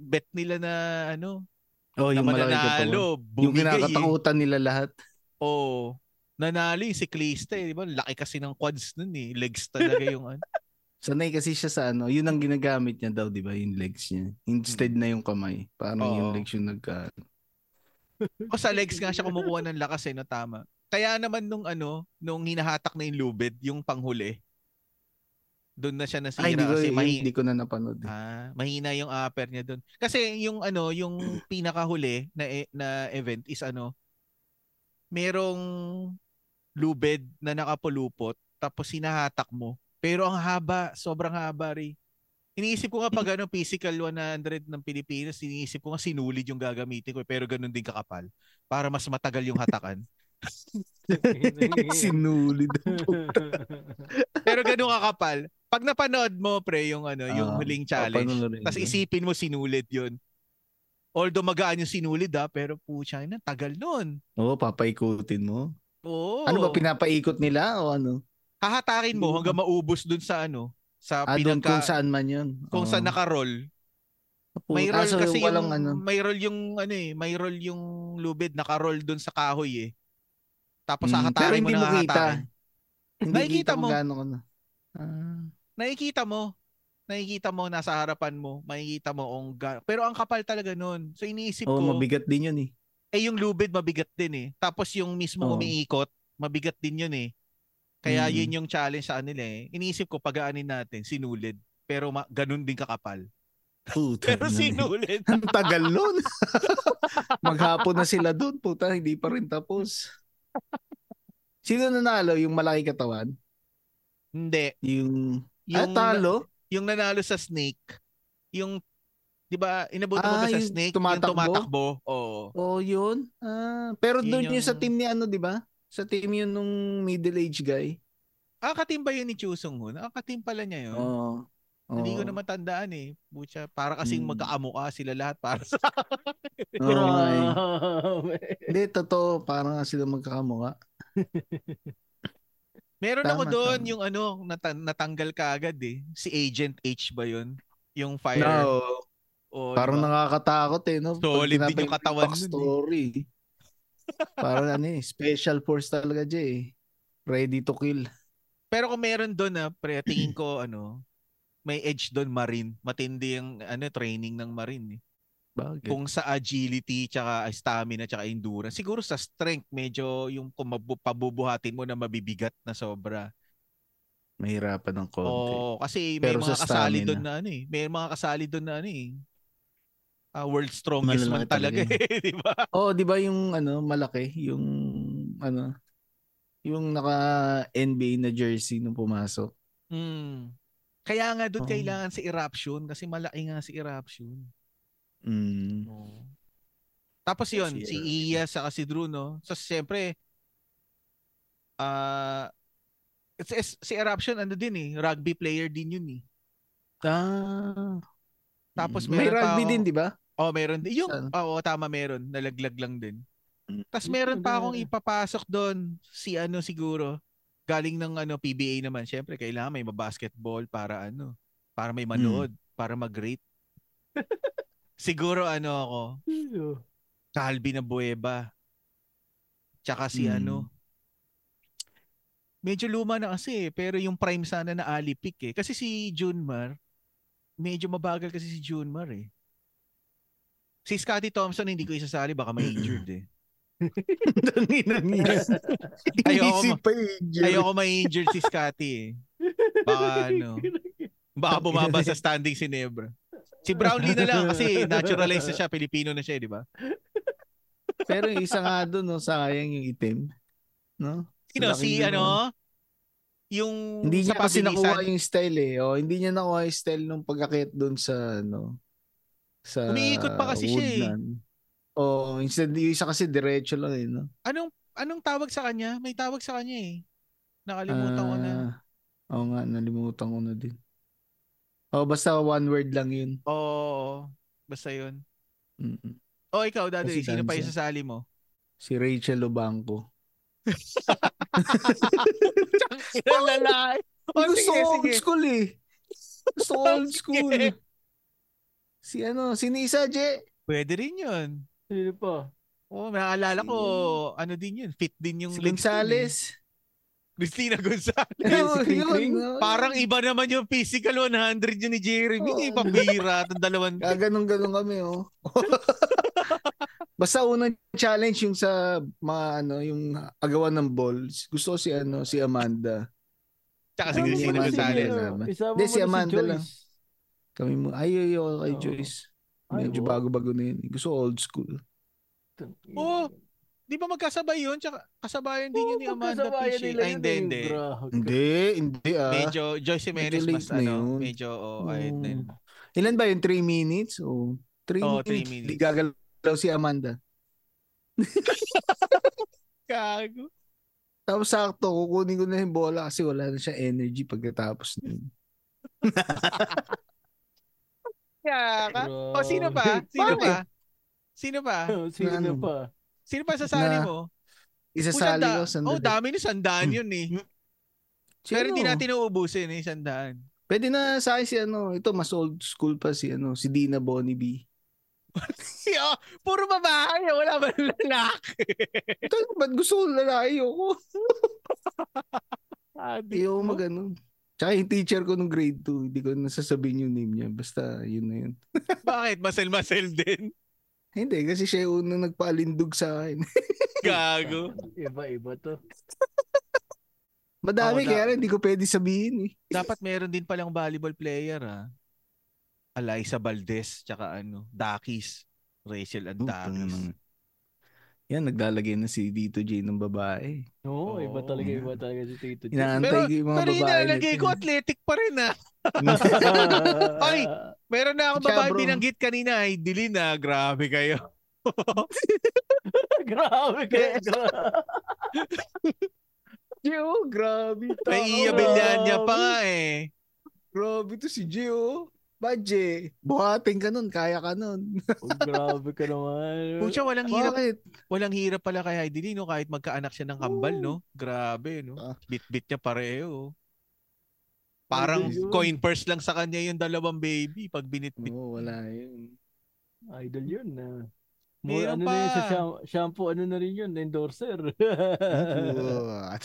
S1: bet nila na ano
S2: Oh,
S1: na
S2: yung malaki katawan.
S1: mananalo, bumigay.
S2: Yung
S1: Eh.
S2: kinakatakutan nila lahat.
S1: Oh, nanalo yung siklista eh, di ba? Laki kasi ng quads nun eh. Legs talaga yung ano.
S2: Sanay kasi siya sa ano, yun ang ginagamit niya daw, di ba? Yung legs niya. Instead na yung kamay. Parang
S1: Hmm. Oo.
S2: yung legs yung ah, nagka...
S1: O sa legs nga siya kumukuha ng lakas eh, no tama. Kaya naman nung ano, nung hinahatak na yung lubid, yung panghuli, doon na siya nasira
S2: Ay, hindi ko,
S1: kasi
S2: yun,
S1: mahi-
S2: hindi ko na napanood. [laughs]
S1: Ah, mahina yung upper niya doon. Kasi yung ano, yung pinakahuli na e- na event is ano, merong lubed na nakapulupot tapos sinahatak mo. Pero ang haba, sobrang haba rin. Iniisip ko nga pag ano, physical 100 ng Pilipinas, iniisip ko nga sinulid yung gagamitin ko eh, pero ganun din kakapal para mas matagal yung hatakan. [laughs]
S2: Sinulid.
S1: pero ganun kakapal. Pag napanood mo pre yung ano, yung
S2: Ah,
S1: huling challenge,
S2: Papanoorin
S1: Tapos
S2: ko.
S1: isipin mo sinulid yun. Although magaan yung sinulid ha, pero pucha na, tagal nun.
S2: Oo, papaikutin mo.
S1: Oo.
S2: Ano ba, pinapaikot nila o ano?
S1: Hahatakin mo hanggang maubos dun sa ano, sa
S2: Ah, doon kung
S1: pinagka,
S2: saan man yun.
S1: kung
S2: Oo.
S1: saan nakaroll.
S2: Kapu-
S1: May
S2: Ah,
S1: roll
S2: so
S1: kasi yung,
S2: walang ano.
S1: may roll yung ano eh, may roll yung lubid, nakaroll dun sa kahoy eh. Tapos
S2: Mm,
S1: hahatakin
S2: pero
S1: mo
S2: hindi
S1: na
S2: mo kita.
S1: hahatakin.
S2: Hindi
S1: Nakikita
S2: kita mo.
S1: mo.
S2: Gano ko na. Ah.
S1: nakikita mo, nakikita mo nasa harapan mo, makikita mo ang ga- pero ang kapal talaga nun. So iniisip
S2: Oo,
S1: ko,
S2: mabigat din yun eh.
S1: eh yung lubid mabigat din eh. Tapos yung mismo
S2: Oo.
S1: umiikot, mabigat din yun eh. Kaya
S2: Mm.
S1: yun yung challenge sa nila eh. Iniisip ko pagaanin natin, sinulid. Pero ma- ganun din
S2: [laughs]
S1: kakapal.
S2: Puta
S1: Pero
S2: na, eh.
S1: sinulid.
S2: [laughs] Ang tagal nun. Maghapon na sila dun. Puta, hindi pa rin tapos. Sino nanalo? Yung malaki katawan?
S1: Hindi.
S2: Yung...
S1: Yung,
S2: ah, talo?
S1: yung nanalo sa snake, yung, di ba, inabutan mo
S2: Ah,
S1: ba sa
S2: yung
S1: snake?
S2: tumatakbo?
S1: Yung tumatakbo. Oo.
S2: Oo, yun. Ah, pero
S1: oh, Yun
S2: doon yung...
S1: yung-
S2: sa team ni ano, di ba? Sa team yun nung middle-age guy.
S1: Ah, katim ba yun ni Chu Sung Hoon? Ah, katim pala niya yun.
S2: Oo. Oo.
S1: Hindi ko na matandaan eh. Butya, para kasing
S2: Mm.
S1: magkaamuka sila lahat para sa
S2: Oo nga eh.
S3: Grabe.
S2: Hindi, totoo. Parang nga sila magkakamukha.
S1: Meron
S2: Tama,
S1: ako doon
S2: tama.
S1: yung ano, nata- natanggal ka agad eh. Si Agent H ba yun? Yung fire. O,
S2: Parang
S1: diba?
S2: nakakatakot eh, no? Pag
S1: Solid din
S2: tinapay
S1: yung katawan nun, eh.
S2: backstory. Parang ano eh, special force talaga dyan eh. Ready to kill.
S1: Pero kung meron doon ah, pre, tingin
S2: [clears throat]
S1: ko ano, may edge doon marine. Matindi yung ano, training ng marine eh.
S2: Bagay.
S1: Kung sa agility, tsaka stamina, tsaka endurance. Siguro sa strength, medyo yung kung mabu- pabubuhatin mo na mabibigat na sobra.
S2: Mahirapan ng konti.
S1: Oo, kasi may
S2: Pero
S1: mga
S2: sa
S1: kasali
S2: stamina.
S1: doon na ano eh. May mga kasali doon na ano eh. Ah, world strongest man
S2: Malalaki
S1: talaga,
S2: talaga
S1: [laughs] eh, di ba?
S2: Oo, di ba yung ano, malaki? Yung ano, yung naka-NBA na jersey nung pumasok.
S1: Mm. Kaya nga doon
S2: Hmm. Oo.
S1: kailangan si Eruption kasi malaki nga si Eruption.
S2: Mm.
S1: Oo. Tapos
S2: Yes,
S1: yun,
S2: si
S1: si
S2: Eruption.
S1: Iya sa si Drew, no? So, siyempre, ah it's, it's- si Eruption, ano din eh, rugby player din yun eh.
S2: Ah.
S1: Tapos
S2: Mm. may
S1: meron pa
S2: rugby
S1: ako-
S2: din, [laughs] di ba?
S1: Oh, meron din. Yung,
S2: Saan?
S1: oo, tama, meron. Nalaglag lang din.
S2: Mm.
S1: Tapos meron pa akong
S3: Maganda.
S1: ipapasok doon si ano siguro galing ng ano PBA naman syempre kailangan may basketball para ano para may manood para mag-rate. [laughs] siguro ano ako Calvin Abueva. Tsaka si
S2: Mm.
S1: ano medyo luma na kasi eh, pero yung prime sana na Ali Pick eh kasi si Junmar medyo mabagal kasi si Junmar eh. Si Scotty Thompson hindi ko isasali baka may injured
S2: [clears throat]
S1: eh.
S2: Tanginang yan.
S1: Ayoko
S2: Inisip
S1: ma-
S2: pa yung injury.
S1: Ayoko ma-injure si Scotty eh. Baka ano, baka bumaba sa standing si Nebra. Si Brownlee na lang kasi naturalized na siya, Pilipino na siya, eh, di ba?
S2: Pero yung isa nga doon, no, sayang yung itim. No?
S1: Sino,
S2: Sa
S1: si
S2: laking gano'n.
S1: ano, yung
S2: Hindi
S1: sa
S2: niya kasi
S1: pabilisan.
S2: nakuha yung style eh. O, hindi niya nakuha yung style nung pagkakit doon sa ano sa
S1: Umiikot pa kasi siya eh.
S2: woodland. Oh, instead yung isa kasi diretso lang eh, no.
S1: Anong, anong tawag sa kanya? May tawag sa kanya eh. Nakalimutan ko na.
S2: Ah, Oo nga, nalimutan ko na din. Oh, basta one word lang yun.
S1: Oo, oo, oo. basta yun.
S2: Mm-mm.
S1: O ikaw, Dadoy,
S2: Kasi
S1: sino pa
S2: dancer.
S1: yung sasali
S2: [laughs]
S1: mo?
S2: Si Rachel Obanco.
S1: Ang lalaki. O
S2: Gusto
S1: Oh, sige,
S2: ko old
S1: sige.
S2: school eh. Gusto ko
S1: [laughs]
S2: old
S1: Sige.
S2: school. Si ano, si Nisa Je.
S1: Pwede rin yun.
S3: Sino pa?
S1: Oo, naalala ko,
S2: Si-
S1: ano din yun, fit din yung
S2: Si
S1: legs dun eh.
S2: Gonzales.
S1: [laughs] Christina Gonzales.
S2: [laughs] Ayun,
S3: Si Kling
S2: yun,
S3: Kling?
S2: no?
S1: Parang iba naman yung physical 100 yun ni Jeremy.
S2: Oo.
S1: Oh. Pambira. Itong
S2: [laughs]
S1: dalawang.
S2: Gaganong-ganong Ah, kami, oh. [laughs] Basta unang challenge yung sa mga ano, yung agawan ng balls. Gusto ko si ano, si Amanda.
S1: Tsaka si
S2: Ano
S3: Isama
S1: Christina
S3: mo
S2: naman
S3: si,
S1: Gonzalez.
S3: ano,
S2: Gonzalez.
S3: Isama
S2: Hindi,
S3: mo
S2: si
S3: na
S2: Amanda
S3: Joyce.
S2: lang. Kami mo, ayo yo kay
S3: Oo.
S2: Joyce.
S3: Ay,
S2: Medyo
S3: wow.
S2: bago-bago na yun. Gusto ko old school.
S1: Oo, Di ba magkasabay yun? Tsaka kasabayan din yun Oh, ni Amanda Pichi. Ay,
S3: eh.
S2: eh.
S1: hindi, hindi.
S2: Hindi, hindi ah.
S1: Medyo Joyce Jimenez
S2: Medyo late
S1: mas
S2: na
S1: ano.
S2: yun. Hmm.
S1: Medyo, oh,
S2: Oo.
S1: ayun na yun.
S2: Ilan ba yun? 3 minutes? O, 3
S1: Oo, three
S2: minutes.
S1: minutes.
S2: Hindi gagalaw si Amanda.
S1: [laughs] Gago.
S2: Tapos sakto, kukunin ko na yung bola kasi wala na siya energy pagkatapos nun.
S1: Yaka. O, oh, sino pa? Sino
S2: Bakit?
S1: pa? Sino pa?
S3: [laughs] Sino
S2: Ano?
S3: na pa?
S1: Sino pa sasali
S2: Na-
S1: mo? Puta,
S2: Isasali
S1: da-
S2: ko sandali. Hmm.
S1: oh, dami ni Sandaan yun eh.
S2: Sino?
S1: Pero hindi natin nauubusin eh, Sandaan.
S2: Pwede na sa akin si ano, ito mas old school pa si ano, si Dina Bonneby.
S1: [laughs] Yo, puro babae. Wala ba lalaki? [laughs]
S2: Ito, ba't gusto ko lalaki? Ayoko.
S1: Adik
S2: Ayoko
S1: mo.
S2: mag ano. Tsaka yung teacher ko nung grade 2, hindi ko nasasabihin yung name niya. Basta yun na yun.
S1: Bakit? Masel-masel
S2: [laughs]
S1: din.
S2: Hindi, kasi siya yung unang nagpaalindog sa akin. [laughs]
S1: Gago.
S3: Iba-iba to.
S2: Madami,
S1: Ako
S2: kaya
S1: na-
S2: rin, hindi ko pwede sabihin eh.
S1: Dapat meron din palang volleyball player ah. Eliza Valdez, tsaka ano, Dakis. Rachel and Dakis.
S2: Putang- Yan, naglalagay na si Dito J ng babae.
S3: No, iba
S1: Oo.
S3: talaga, iba talaga si Tito J. [laughs]
S2: Inaantay
S1: Pero-
S2: ko yung mga
S1: Pero
S2: babae.
S1: yun
S2: na
S1: nalagay
S2: ito. [laughs]
S1: ko, athletic pa rin ah. Ay! Meron na akong
S2: Siya,
S1: babae
S2: bro.
S1: binanggit kanina, ay dilin na, grabe
S2: [laughs]
S1: kayo.
S3: Grabe ka. grabe.
S2: Gio, grabe.
S1: Naiiyabilyan niya pa nga eh.
S2: Grabe to si oh. Gio. Badje, buhating ka nun, kaya ka nun.
S3: Oh, grabe ka naman.
S1: Pucha, walang hirap, [laughs]
S2: Bakit?
S1: walang hirap pala kay Heidi Lee, no? kahit magkaanak siya ng kambal, no? Grabe,
S2: Ah.
S1: no? Bit-bit niya pareho. oh. Parang
S2: Idol yun.
S1: coin purse lang sa kanya yung dalawang baby pag binitbit.
S2: Oo, wala [laughs] yun.
S3: Idol yun na. More,
S1: Meron
S3: ano na yun sa
S1: pa.
S3: sham- shampoo, ano na rin yun, endorser.
S2: What?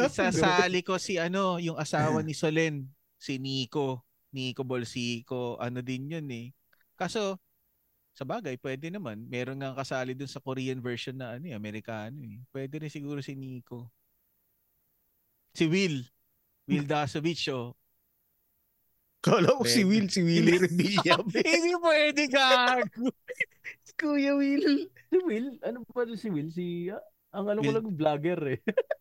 S1: Isasali ko si ano, yung asawa ni Solen, si Nico. Nico Bolsico, ano din yun eh. Kaso, sa bagay, pwede naman. Meron nga kasali dun sa Korean version na ano eh, Amerikano eh. Pwede rin siguro si Nico. Si Will. Will Dasovich, oh.
S2: [laughs] Kala ko
S1: Pwede.
S2: si Will, si Willie Revilla.
S1: [laughs] Hindi pwede, gag!
S2: [laughs] Kuya Will.
S3: [laughs] si Will, ano ba rin si Will? Si, ah, ang alam ko
S1: Will.
S3: lang, vlogger eh. [laughs]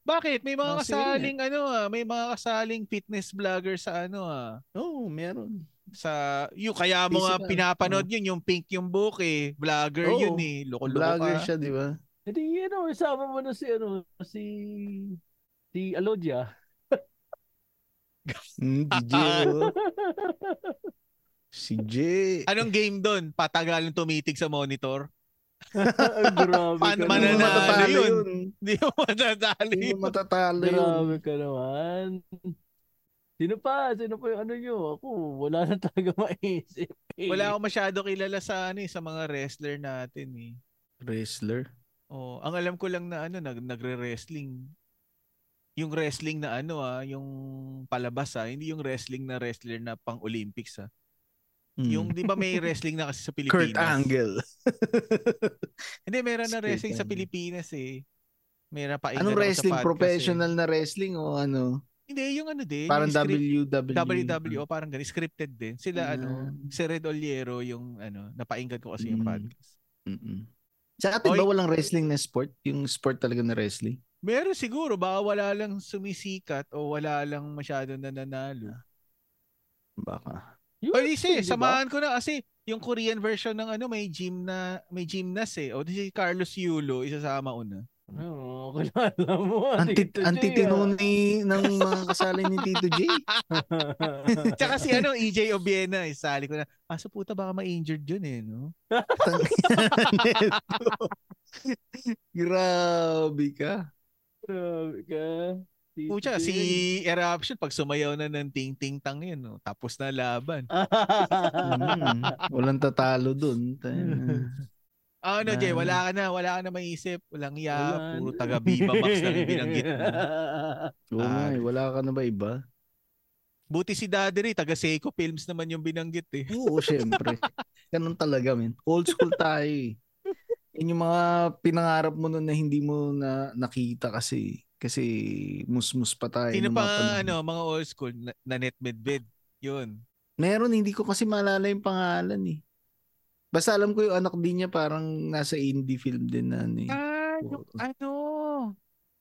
S1: Bakit? May mga
S2: Mga sila
S1: kasaling ano ah, may mga kasaling fitness vlogger sa ano ah,
S2: Oo, oh, meron.
S1: sa yung kaya mo nga
S2: Physical.
S1: pinapanood yun, yung pink yung book eh, vlogger
S2: Oo.
S1: yun eh, loko-loko
S2: Vlogger
S1: ka.
S2: siya, di ba?
S3: Hindi, ano, isama mo na si, ano, si, si Alodia. [laughs]
S2: Mm, si Gio. si Jay.
S1: Anong game doon? Patagalan tumitig sa monitor? [laughs]
S3: grabe
S1: Paano
S2: Hindi mo
S3: ka
S1: mananalo
S2: Ano matatalo
S1: yun?
S2: yun. Ano
S1: Hindi mo matatali
S2: Hindi mo
S1: yun.
S2: matatalo yun.
S3: Grabe ka naman. Sino pa? Sino pa yung ano nyo? Ako, wala na talaga [laughs] maisip. eh.
S1: Wala akong masyado kilala sa ano eh, sa mga wrestler natin eh.
S2: Wrestler.
S1: Oh, ang alam ko lang na ano nag nagre-wrestling. Yung wrestling na ano ah, yung palabas ah, hindi yung wrestling na wrestler na pang-Olympics ah. Yung 'di ba
S2: [laughs]
S1: may wrestling na kasi sa Pilipinas?
S2: Hmm. Kurt Angle.
S1: Hindi meron na
S2: Si Kurt
S1: wrestling sa
S2: Angle.
S1: Pilipinas eh. Meron pa
S2: [laughs] Anong wrestling?
S1: eh.
S2: Professional na wrestling o ano?
S1: Hindi, yung ano din.
S2: Parang E,
S1: yung script- E.
S2: WWE.
S1: WWO, parang ganun. Scripted din. Sila,
S2: Ah.
S1: ano, si Red Oliero, yung, ano, napainggan ko kasi yung
S2: Mm.
S1: podcast.
S2: Mm-mm. Sa atin
S1: Oy.
S2: ba walang wrestling na sport? Yung sport talaga na wrestling?
S1: Meron siguro, baka wala lang sumisikat o wala lang masyado nananalo.
S2: Baka.
S3: Yun, eh,
S1: Or isi,
S3: di ba?
S1: samahan ko na kasi yung Korean version ng ano, may gym na, may gymnast eh. O si Carlos Yulo, isasama una.
S3: Ano, kilala mo. [laughs]
S2: Anti,
S3: Ah, Tito J,
S2: antitino
S3: [laughs] ah.
S2: ni ng mga kasali ni Tito J.
S1: Tsaka si ano, EJ Obiena, isali ko na. Aso puta, baka ma-injured yun eh, no?
S2: Grabe ka.
S3: Grabe ka. Tito
S1: Pucha,
S3: J.
S1: si Eruption, pag sumayaw na ng ting-ting-tang yun, no? tapos na laban.
S3: [laughs]
S2: Mm, walang tatalo dun. Tayo.
S1: Ah, ano, Jay,
S2: Ah.
S1: wala ka na, wala ka na maisip. Walang
S3: Wala
S1: iya, puro
S3: na.
S1: taga Viva Max na yung binanggit
S3: [laughs]
S2: [laughs]
S1: mo.
S2: Oo nga eh, wala ka na ba iba?
S1: Buti si Daddy Ray, taga Seiko Films naman yung binanggit eh.
S2: Oo, syempre. Ganun talaga, men. Old school tayo eh. Yun yung mga pinangarap mo nun na hindi mo na nakita kasi kasi musmus pa tayo.
S1: Sino
S2: ng mga panahon.
S1: pa, ano, mga old school, na, Nanette Medved, yun.
S2: Meron, hindi ko kasi maalala yung pangalan eh. Basta alam ko yung anak din niya parang nasa indie film din na ano eh.
S1: Ah,
S2: yung
S1: ano?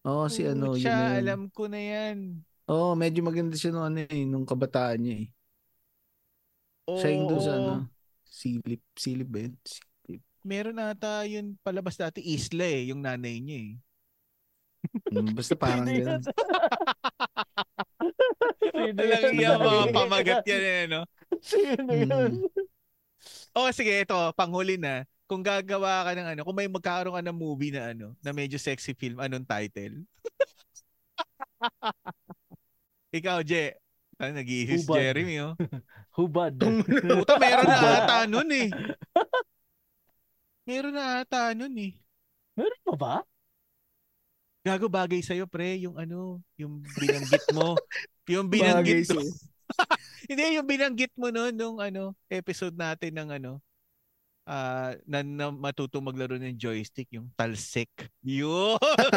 S2: Oo, si ano, yun
S1: Siya,
S2: na yun.
S1: alam ko na yan.
S2: Oo, medyo maganda siya nung ano eh, nung kabataan niya eh. Siya yung dun sa ano, silip, silip ba yun? Silip.
S1: Meron ata yun palabas dati, Isla eh, yung nanay niya eh.
S2: Ano, Basta parang
S3: Hindi
S2: ganun.
S3: [laughs] Sino
S1: Alam
S2: [laughs]
S3: yun?
S1: niya, mga pamagat Mm. yan eh, no?
S3: [laughs] Sino yun?
S1: Oh, sige, ito, panghuli na. Kung gagawa ka ng ano, kung may magkakaroon ka ng movie na ano, na medyo sexy film, anong title? [laughs] Ikaw, Je. Ah, nag-iisip si
S3: Ubad.
S1: Jeremy, oh.
S3: Hubad.
S1: Puta, meron na ata nun eh. Meron na ata nun eh.
S3: Meron pa ba?
S1: Gago bagay sa'yo, pre, yung ano, yung binanggit mo. Yung
S2: Bagay
S1: binanggit mo.
S2: siya.
S1: Hindi, yung binanggit mo noon nung ano, episode natin ng ano, ah na, na matuto maglaro ng joystick, yung talsik. Yun! [laughs]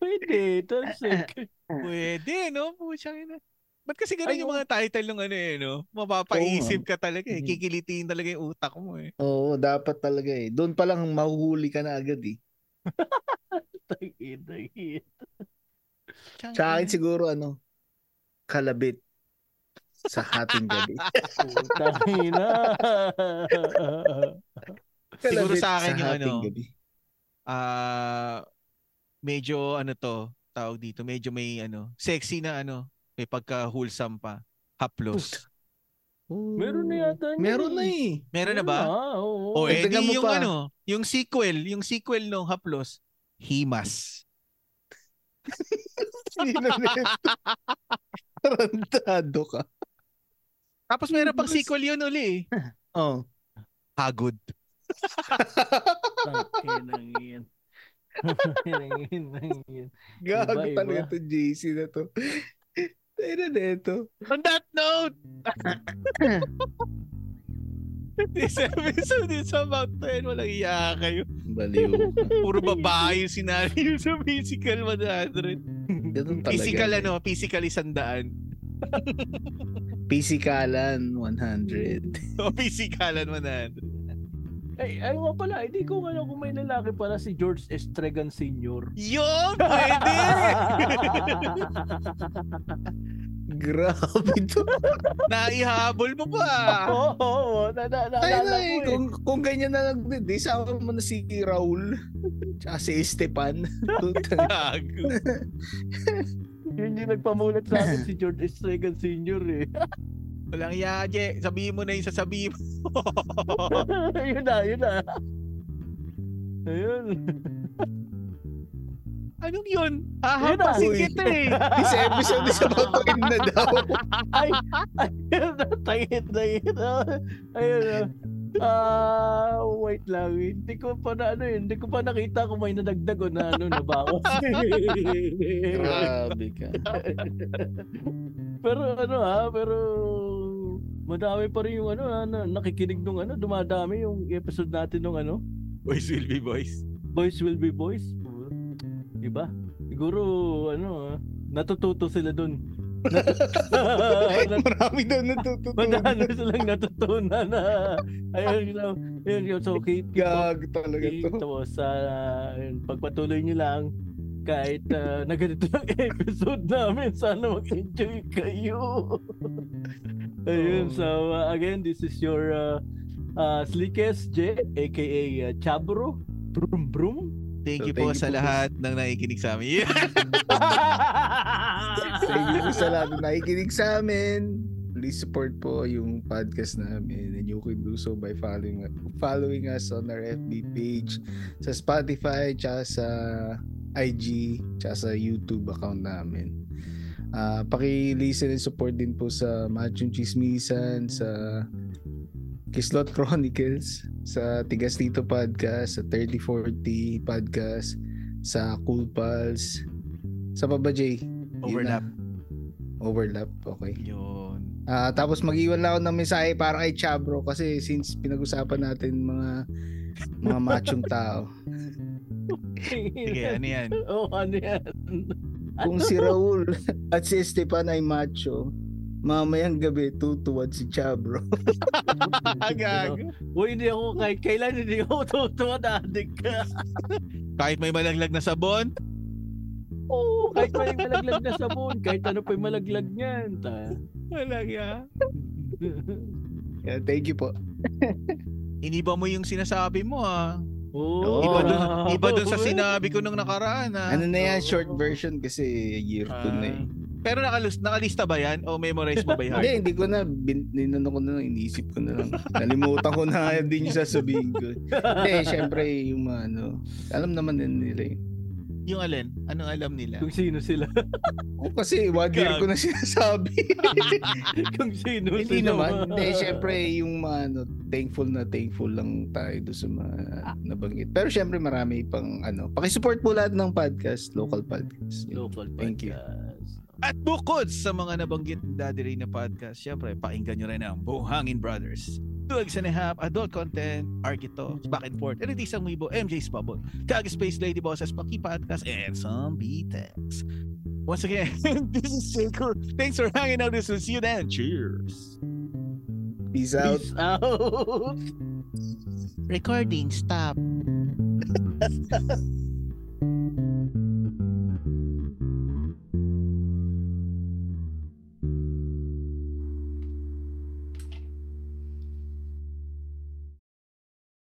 S3: Pwede,
S1: [laughs]
S3: talsik.
S1: Pwede, no? Puchang ina. Ba't kasi ganun
S3: Ay,
S1: yung
S3: oo.
S1: mga title ng ano eh, no? Mapapaisip ka talaga eh.
S2: Mhm.
S1: Kikilitiin talaga yung utak mo eh.
S2: Oo, dapat talaga eh. Doon pa lang mahuhuli ka na agad eh.
S3: Tangin, tangin.
S1: Puchang
S2: Sa akin
S1: ina.
S2: siguro ano, kalabit sa hating
S1: [laughs]
S2: gabi.
S3: Putangin na.
S1: Siguro sa akin yung
S2: hating
S1: ano,
S2: gabi.
S1: Ah, medyo ano to, tawag dito, medyo may ano, sexy na ano, may pagka-wholesome pa. Haplos.
S3: Meron na yata niya
S2: Meron
S3: eh.
S2: na eh.
S1: Meron Ano na ba?
S3: Ah,
S1: O
S3: oo.
S2: eh.
S1: edi
S2: tingnan mo
S1: yung
S2: pa.
S1: ano, yung sequel, yung sequel nung Haplos, Himas.
S2: Sino nito? Tarantado ka.
S1: Tapos meron pang
S2: Himas.
S1: sequel yun uli eh.
S2: Oh. [laughs]
S1: Hagod.
S3: Tangin, [laughs] tangin. Tangin, tangin.
S2: Gago
S3: Iba,
S2: talaga
S3: iba.
S2: to JC na to. Tayo na nito.
S1: On that note, [laughs] this episode is about to end. Walang iya kayo.
S2: Baliw ka. [laughs]
S1: Puro babae yung sinari sa physical 100.
S2: Ganun talaga.
S1: Physical
S2: eh.
S1: ano, physical isandaan. [laughs]
S2: Pisikalan 100.
S1: O physicalan 100.
S3: Ay, ano nga pala, hindi ko alam kung may lalaki pala si George Estregan [laughs] Sr.
S1: Yun,
S2: [laughs]
S1: pwede!
S2: Grabe to.
S1: Naihabol mo pa.
S2: [laughs]
S3: Oo, oo, na, na, na,
S2: Tayo
S3: naalala
S2: na eh.
S3: ko eh.
S2: Kung, kung ganyan na lang din, di sama mo na si Raul. Tsaka si Estepan. Putang-
S1: Gago.
S3: Yun yung nagpamulat sa akin si George Estregan Sr. eh. [laughs]
S1: Walang iya, Je. Sabihin mo na yung sasabihin mo.
S3: yun na, yun na. Ayun.
S1: Anong yun?
S3: Yun na.
S1: Hahampasin kita [laughs] eh.
S2: This episode is about to end na daw.
S3: Ay, ayun na, tangit na yun. ah. Ayun na. Ah, wait lang. Hindi ko pa na ano yun. Hindi ko pa nakita kung may nadagdag o na ano na ba ako.
S2: Grabe ka.
S3: Pero ano ha, pero madami pa rin yung ano ha, na, nakikinig nung ano, dumadami yung episode natin nung ano,
S1: Boys will be boys.
S3: Boys Will Be Boys. Diba? Siguro ano ha, natututo sila dun. [laughs] Nat-
S2: [laughs] Marami daw
S3: Madami
S2: natututunan.
S3: silang natutunan na
S2: [laughs]
S3: ayun so, ayun yun, so keep, keep up
S2: Gag talaga to.
S3: Tapos, ah, yun, pagpatuloy nyo lang, kahit uh, na ganito lang [laughs] episode namin, sana mag-enjoy kayo. [laughs] Ayun,
S2: Oo.
S3: so ah, again, this is your uh, uh, Slickest J, aka ah, Chabro. Brum brum.
S2: [laughs]
S1: Thank
S2: So,
S1: you po
S2: thank you
S1: sa
S2: po,
S1: lahat ng nakikinig sa
S2: [laughs]
S1: amin.
S2: Thank
S3: [laughs]
S2: you po sa lahat na nakikinig sa amin. Please support po yung podcast namin and you can do so by following following us on our FB page sa Spotify, tsaka sa IG, tsaka sa YouTube account namin. Ah, paki-listen and support din po sa Machong Chismisan, sa Kislot Chronicles, sa Tigas Tito Podcast, sa 3040 Podcast, sa Cool Pals, sa pa ba, Jay? Yun
S1: Overlap.
S2: na. Overlap, okay.
S1: Yun.
S2: Ah, tapos mag-iwan lang ako ng mensahe para kay Chabro kasi since pinag-usapan natin mga mga machong tao.
S1: Sige, ano yan? [laughs]
S3: Oh, ano yan?
S2: Kung si Raul at si Esteban ay macho, mamayang gabi tutuwad si Chabro. [laughs]
S1: Gago.
S3: Uy, hindi ako kahit kailan hindi ako [laughs] tutuwa na adik ka.
S1: Kahit may malaglag na sabon,
S3: Oo, kahit may malaglag na sabon, kahit ano pa yung malaglag niyan. Ta.
S1: walang ya.
S2: Yeah, thank you po.
S1: Iniba mo yung sinasabi mo ah.
S3: Oo.
S1: Iba dun, iba dun [laughs] sa sinabi ko nung nakaraan ah.
S2: Oh. Ano na yan, short version kasi year 2 na eh.
S1: Pero nakalus, nakalista ba yan? O memorize
S2: [laughs]
S1: mo ba yan?
S2: Hindi, hindi ko na, bin, ninano ko na lang, iniisip ko na lang. Nalimutan ko na [laughs] din yung sasabihin ko. Hindi, syempre yung mga ano, alam naman din nila yun.
S1: Yung alin? Anong alam nila?
S3: Kung sino
S2: [laughs]
S3: sila.
S2: Oh, kasi one year ko na sinasabi. [laughs]
S3: Kung sino sila.
S2: Hindi naman. Hindi,
S3: Eh,
S2: syempre, yung mga ano, thankful na thankful lang tayo doon sa mga nabanggit. Pero syempre, marami pang ano. Pakisupport po lahat ng podcast, local podcast. Yun.
S3: Local podcast.
S2: Thank you.
S1: At bukod sa mga nabanggit ng Daddy Ray na podcast, syempre, pakinggan nyo rin ang Buhangin Brothers. Tuwag sa nahap, adult content, Argito, Back and Forth, and isang Weibo, MJ's Bubble, Kag Space Lady Bosses, Paki Podcast, and some BTEX. Once again, [laughs] this is Shaker. Thanks for hanging out. This will see you then. Cheers.
S2: Peace out.
S3: Peace out. [laughs]
S1: Recording stop.